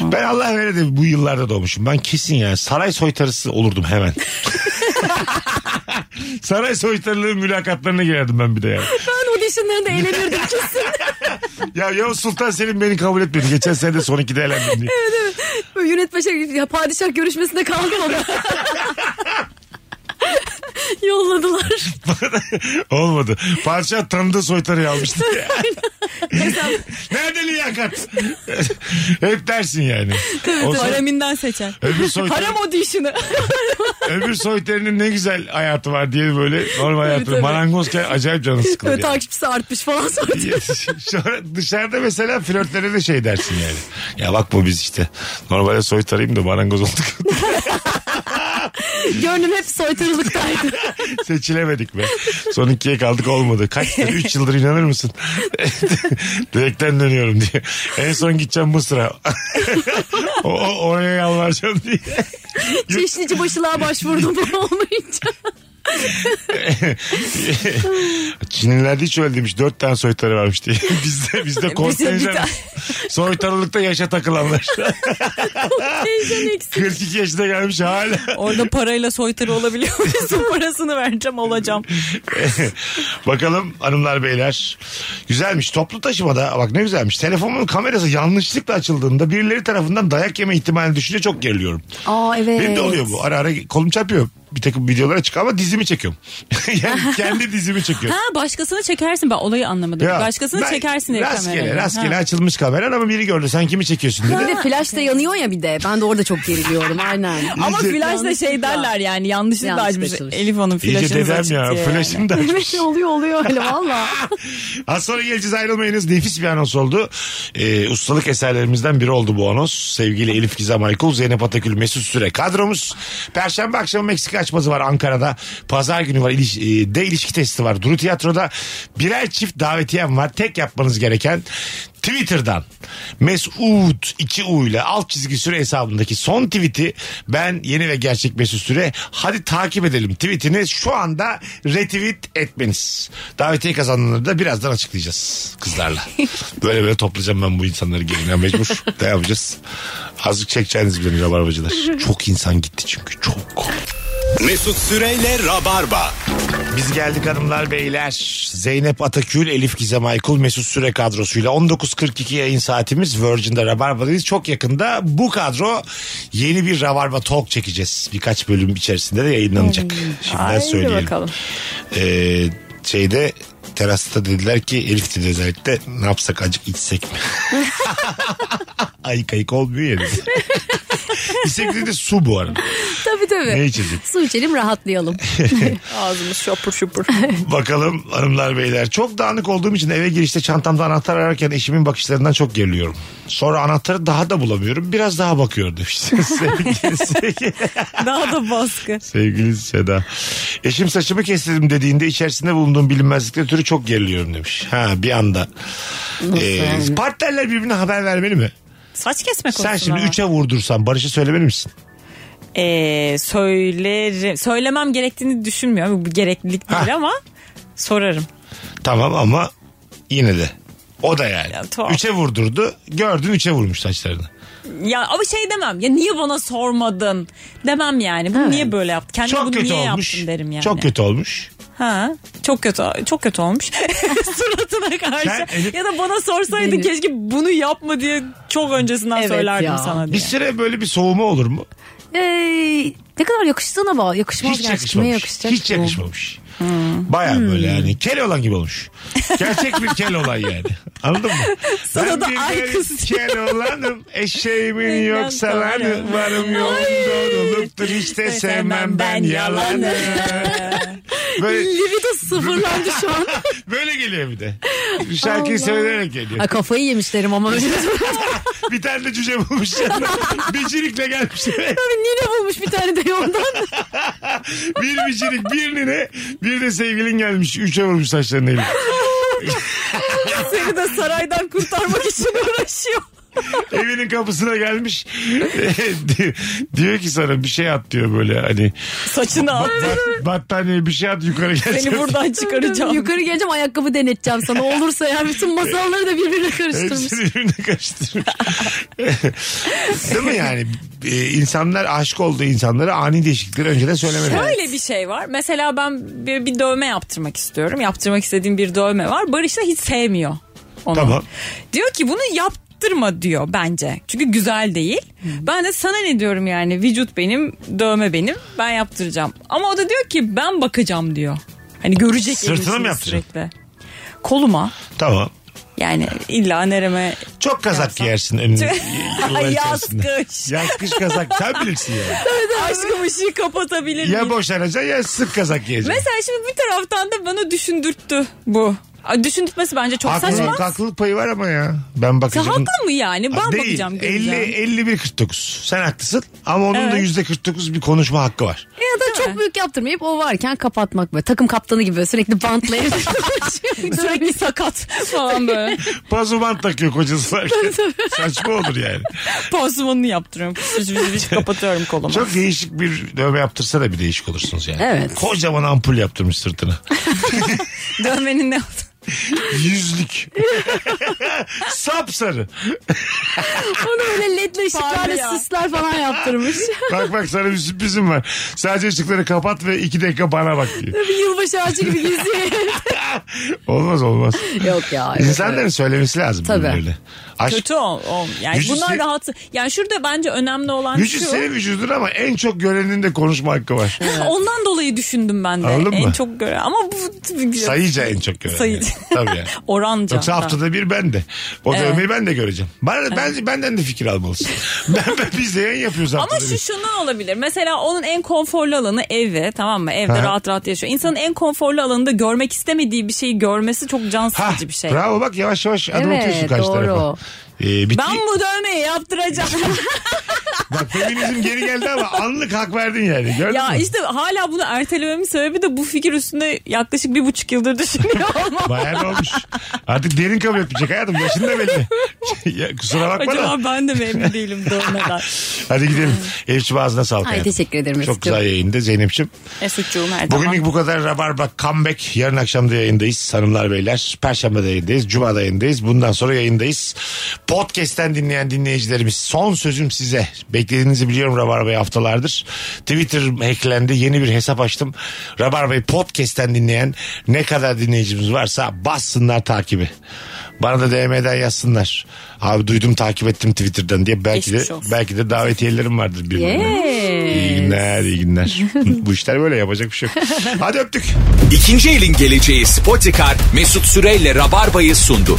S3: Ben Allah vere de bu yıllarda doğmuşum. Ben kesin yani saray soytarısı olurdum
S5: (laughs)
S3: hemen. saray soytarılığı mülakatlarına girerdim ben bir de yani.
S5: Ben auditionlarında
S4: (laughs)
S5: eğlenirdim kesin.
S3: Ya Yavuz Sultan Selim beni kabul etmedi. Geçen sene de son ikide elendim diye.
S5: Böyle Yönetmeşe ya padişah görüşmesinde kaldım (laughs) ama. Yolladılar.
S3: Olmadı. Padişah tanıdığı soytarıyı
S5: (laughs)
S3: almıştı. Nerede liyakat? (laughs) Hep dersin yani. O soy-
S4: Hareminden seçer.
S3: Öbür soytarı-
S4: Harem audition'ı.
S3: Öbür soytarının ne güzel hayatı var diye böyle normal hayatı.
S5: tabii.
S3: Marangozken acayip canı sıkılır.
S5: Böyle
S3: yani.
S5: takipçisi artmış falan sonra.
S3: (laughs) Sonra dışarıda mesela flörtlere de şey dersin yani. Ya bak bu biz işte. Normalde soytarıyım da marangoz olduk. (laughs)
S5: Gönlüm hep (laughs) soytarılıktaydı.
S3: Seçilemedik be. Son ikiye kaldık olmadı. Kaç yıl? Üç yıldır inanır mısın? (laughs) Direkten dönüyorum diye. En son gideceğim Mısır'a. (laughs) o, o- oraya yalvaracağım diye.
S5: Çeşnici başılığa başvurdum bu olmayınca.
S3: Çinlilerde hiç öyle demiş. Dört tane soytarı varmış diye. (laughs) Bizde, bizde
S4: bir
S3: kontenjan.
S4: tane-
S3: Soytarılıkta yaşa
S4: (laughs)
S3: takılanlar.
S5: Heyecan eksik.
S3: 42 yaşına gelmiş hala.
S4: (laughs) Orada parayla soytarı olabiliyor (laughs) muyuz? Parasını vereceğim olacağım.
S3: (laughs) Bakalım hanımlar beyler. Güzelmiş. Toplu taşımada bak ne güzelmiş. Telefonumun kamerası yanlışlıkla açıldığında birileri tarafından dayak yeme ihtimalini düşünce çok geriliyorum.
S5: Aa evet.
S3: Benim de oluyor bu. Ara ara kolum çarpıyor. Bir takım videolara çıkıyor ama dizimi çekiyorum. (laughs) yani kendi dizimi çekiyorum.
S4: (laughs) Ha başkasını çekersin. Ben olayı anlamadım.
S3: Ya,
S4: başkasını
S3: ben-
S4: çekersin diye
S3: Rastgele,
S4: kamerayla.
S3: rastgele
S4: Ha.
S3: açılmış kameran ama biri gördü. Sen kimi çekiyorsun dedi.
S5: Bir de flash da yanıyor ya bir de. Ben de orada çok geriliyorum aynen.
S4: Ama
S3: İyice-
S4: flash da şey derler yani yanlışlıkla
S5: Yanlışlıkla
S4: açmış.
S5: açılmış.
S4: Elif Hanım
S3: (laughs) İyice
S4: flash'ınız açık
S3: dedem ya.
S4: diye.
S3: Flaşım da açmış.
S5: Evet (laughs) oluyor oluyor öyle valla.
S3: Az sonra geleceğiz ayrılmayınız. Nefis bir anons oldu. Ee, ustalık eserlerimizden biri oldu bu anons. Sevgili Elif Gizem Aykul, Zeynep Atakül, Mesut Süre kadromuz. Perşembe akşamı Meksika açması var Ankara'da. Pazar günü var İliş- e, de ilişki testi var. Duru Tiyatro'da birer çift davetiyem var. Tek yapmanız gereken Twitter'dan Mesut 2 U ile alt çizgi süre hesabındaki son tweet'i ben yeni ve gerçek Mesut Süre hadi takip edelim tweetini şu anda retweet etmeniz. Davetiye kazananları da birazdan açıklayacağız kızlarla. böyle böyle toplayacağım ben bu insanları geline mecbur. ne yapacağız? Azıcık çekeceğiniz beni rabarbacılar. Çok insan gitti çünkü çok.
S2: Mesut Süreyle Rabarba.
S3: Biz geldik hanımlar beyler. Zeynep Atakül, Elif Gizem Aykul, Mesut Süre kadrosuyla 19.42 yayın saatimiz Virgin'de Rabarba'dayız. Çok yakında bu kadro yeni bir Rabarba Talk çekeceğiz. Birkaç bölüm içerisinde de yayınlanacak. Şimdiden
S4: Haydi
S3: söyleyelim.
S4: bakalım.
S3: Ee, şeyde terasta dediler ki Elif dedi özellikle ne yapsak acık içsek mi? ayık ayık olmuyor ya. dedi. İçsek dedi su bu arada.
S5: tabii tabii.
S3: Ne içecek?
S5: (laughs) Su içelim rahatlayalım.
S4: Ağzımız şopur şopur.
S3: Bakalım hanımlar beyler. Çok dağınık olduğum için eve girişte çantamda anahtar ararken eşimin bakışlarından çok geriliyorum. Sonra anahtarı daha da bulamıyorum. Biraz daha (laughs) bakıyor demiş. sevgili, sevgili,
S4: Daha da baskı.
S3: sevgili Seda. Eşim saçımı kestirdim dediğinde içerisinde bulunduğum bilinmezlikle ötürü çok geriliyorum demiş. Ha bir anda. Ee,
S5: yani?
S3: partnerler birbirine haber vermeli mi?
S4: Saç kesme konusunda.
S3: Sen şimdi
S4: ama.
S3: 3'e vurdursan Barış'a söylemeli misin?
S4: Ee, söylerim. Söylemem gerektiğini düşünmüyorum. Bu gereklilik değil
S3: Ha.
S4: ama sorarım.
S3: Tamam ama yine de. O da yani.
S4: Ya, tuhaf.
S3: 3'e vurdurdu. Gördün 3'e vurmuş saçlarını.
S4: Ya ama şey demem. Ya niye bana sormadın? Demem yani. Bunu niye böyle yaptın? Kendi
S3: Çok
S4: Hani bunu
S3: kötü
S4: niye
S3: olmuş.
S4: yaptın derim yani.
S3: Çok kötü olmuş.
S4: Ha, çok kötü çok kötü
S5: (laughs)
S4: olmuş. Suratına karşı.
S3: Sen- Elif-
S4: ya da bana sorsaydın keşke bunu yapma diye çok öncesinden
S5: Evet
S4: söylerdim
S5: ya.
S4: sana
S3: Bir şey-
S4: diye.
S3: süre böyle bir soğuma olur mu?
S5: Ee, ne kadar yakıştığına bak. Yakışmaz
S3: Hiç
S5: gerçi. Kime
S3: yakışmamış.
S5: yakışacak
S3: Hiç
S5: bu?
S3: yakışmamış.
S4: Hmm.
S3: Baya böyle yani. Kel olan gibi olmuş. Gerçek bir kel olan yani. Anladın mı?
S4: (laughs) Sana da
S3: bir
S4: ay
S3: garip
S4: kız.
S3: kel olanım. Eşeğimin
S4: Ben
S3: yoksa lanım.
S4: doğru.
S3: Varım yok doğruluktur hiç de sevmem ben yalanı. (laughs) Böyle,
S5: Libido sıfırlandı şu an.
S3: böyle geliyor bir de. Şarkıyı
S5: Allah.
S3: söylenerek geliyor.
S5: Ay kafayı yemişlerim (laughs) ama öyle.
S3: Bir tane de cüce bulmuş yanına. (laughs) Becerikle gelmiş.
S5: Nine bulmuş bir tane de yoldan.
S3: bir biçilik bir nine bir de sevgilin gelmiş. Üçe vurmuş saçlarını Elif.
S4: Seni de saraydan kurtarmak için uğraşıyor.
S3: Evinin kapısına gelmiş. (laughs) diyor ki sana bir şey at diyor böyle hani.
S4: Saçını al.
S3: Bat- battaniye bir şey at yukarı gelsin.
S4: Seni buradan çıkaracağım.
S5: Yukarı geleceğim ayakkabı deneteceğim sana. Olursa yani bütün masalları da birbirine karıştırmış.
S3: Hepsini birbirine karıştırmış. (laughs) Değil mi yani? Ee, insanlar aşık olduğu insanlara ani değişiklikleri önceden söylemeli.
S4: Şöyle bir şey var. Mesela ben bir, bir dövme yaptırmak istiyorum. Yaptırmak istediğim bir dövme var. Barış da hiç sevmiyor onu.
S3: Tamam.
S4: Diyor ki bunu yaptırma diyor bence. Çünkü güzel değil. Ben de sana ne diyorum yani vücut benim, dövme benim. Ben yaptıracağım. Ama o da diyor ki ben bakacağım diyor. Hani görecek
S3: Sırtına
S4: elbisini
S3: mı yaptıracaksın?
S4: sürekli. Koluma.
S3: Tamam.
S4: Yani illa nereme
S3: Çok kazak
S4: Yapsam.
S3: giyersin
S4: (laughs)
S3: önünde.
S4: yaz kış.
S3: Yaz kış kazak sen bilirsin yani.
S4: Aşkım ışığı kapatabilir
S3: Ya
S4: (laughs) miyim?
S3: boşanacaksın ya sık kazak giyeceksin.
S4: Mesela şimdi bir taraftan da bana düşündürttü bu. Ay, Düşündürtmesi bence çok
S3: Haklılık,
S4: saçma.
S3: haklılık payı var ama ya. Ben
S4: Ya
S3: bakacağım.
S4: haklı mı yani? Ben
S3: Ah, Değil.
S4: bakacağım göreceğim.
S3: 50, 51 49. Sen haklısın ama onun da
S4: Evet.
S3: yüzde 49 bir konuşma hakkı var.
S5: Ya da çok büyük yaptırmayıp o varken kapatmak böyle. Takım kaptanı gibi böyle sürekli bantla (laughs) evde dolaşıyor.
S4: Sürekli sakat (laughs) falan böyle.
S3: Pazuman takıyor kocası
S4: (laughs)
S3: varken. Saçma olur yani.
S4: Pansumanını yaptırıyorum. Fış fış fış kapatıyorum
S3: (laughs)
S4: kolumu.
S3: Çok değişik bir dövme yaptırsa da bir değişik olursunuz yani.
S5: Evet.
S3: Kocaman ampul yaptırmış sırtına.
S4: Dövmenin ne oldu? (laughs)
S3: Yüzlük. Sapsarı.
S5: Onu böyle ledle ışıklarla
S4: Parlıyor.
S5: süsler falan yaptırmış.
S3: Bak bak sana bir sürprizim var. Sadece ışıkları kapat ve iki dakika bana bak diyor.
S5: bir yılbaşı ağacı
S3: (laughs)
S5: gibi geziyor.
S3: Olmaz olmaz.
S5: Yok ya. evet,
S3: İnsanların söylemesi lazım.
S5: Tabii.
S3: birbirlerine. Aşk,
S4: Kötü ol. ol. Yani
S3: Vücut
S4: bunlar
S3: se-
S4: rahatsız. Yani şurada bence önemli olan
S3: Vücut
S4: şu.
S3: senin vücudun ama en çok görenin de konuşma hakkı var.
S4: (laughs) Ondan dolayı düşündüm ben de.
S3: Anladın
S4: en
S3: mı?
S4: çok göre. Ama bu
S3: Sayıca en çok gören.
S4: Sayıca.
S3: yani. Tabii
S4: (laughs)
S3: yani.
S4: oranca.
S3: Yoksa
S4: Ha.
S3: haftada bir ben de. O
S4: Evet.
S3: dövmeyi ben de göreceğim. Bana, ben, benden de fikir almalısın. (laughs) ben, ben biz de yayın yapıyoruz haftada
S4: Ama
S3: bir.
S4: şu şuna olabilir. Mesela onun en konforlu alanı evi tamam mı? Evde
S3: Ha.
S4: rahat rahat yaşıyor. İnsanın en konforlu alanında görmek istemediği bir şeyi görmesi çok can
S3: Ha,
S4: sıkıcı bir şey.
S3: Bravo bak yavaş yavaş adım
S5: Evet,
S3: atıyorsun karşı
S5: doğru.
S3: tarafa. Ee, bitti.
S4: Ben bu dövmeyi yaptıracağım.
S3: Bak feminizm geri geldi
S4: (laughs)
S3: ama anlık hak verdin yani. Gördün
S4: ya
S3: mü?
S4: işte hala bunu ertelememin sebebi de bu fikir üstünde yaklaşık bir buçuk yıldır düşünüyor olmam.
S3: Bayağı bir olmuş. Artık derin kabul etmeyecek hayatım. Yaşın da
S4: (laughs)
S3: belli. ya, kusura bakma da.
S4: Acaba ben de mi emin değilim
S3: (laughs)
S4: dövmeden.
S3: Hadi gidelim. Elifçi ağzına sağlık.
S5: Ay,
S3: hayatım.
S5: teşekkür ederim
S3: Çok
S5: Mesut'cum.
S3: güzel yayında Zeynep'ciğim.
S4: e suçluğum her zaman.
S3: Bugünlük bu kadar Rabarba comeback. Yarın akşam da yayındayız hanımlar beyler. Perşembe de yayındayız. Cuma da yayındayız. Bundan sonra yayındayız. Podcast'ten dinleyen dinleyicilerimiz son sözüm size. Beklediğinizi biliyorum Rabarba'yı haftalardır. Twitter hacklendi. Yeni bir hesap açtım. Rabarba'yı podcast'ten dinleyen ne kadar dinleyicimiz varsa bassınlar takibi. Bana da DM'den yazsınlar. Abi duydum takip ettim Twitter'dan diye. Belki de
S4: Geçmiş olsun.
S3: belki de davetiyelerim vardır birbirine. İyi günler, iyi günler. Bu işler böyle yapacak bir şey yok. Hadi öptük.
S1: İkinci elin geleceği Spotikar Mesut Süreyle Rabarba'yı sundu.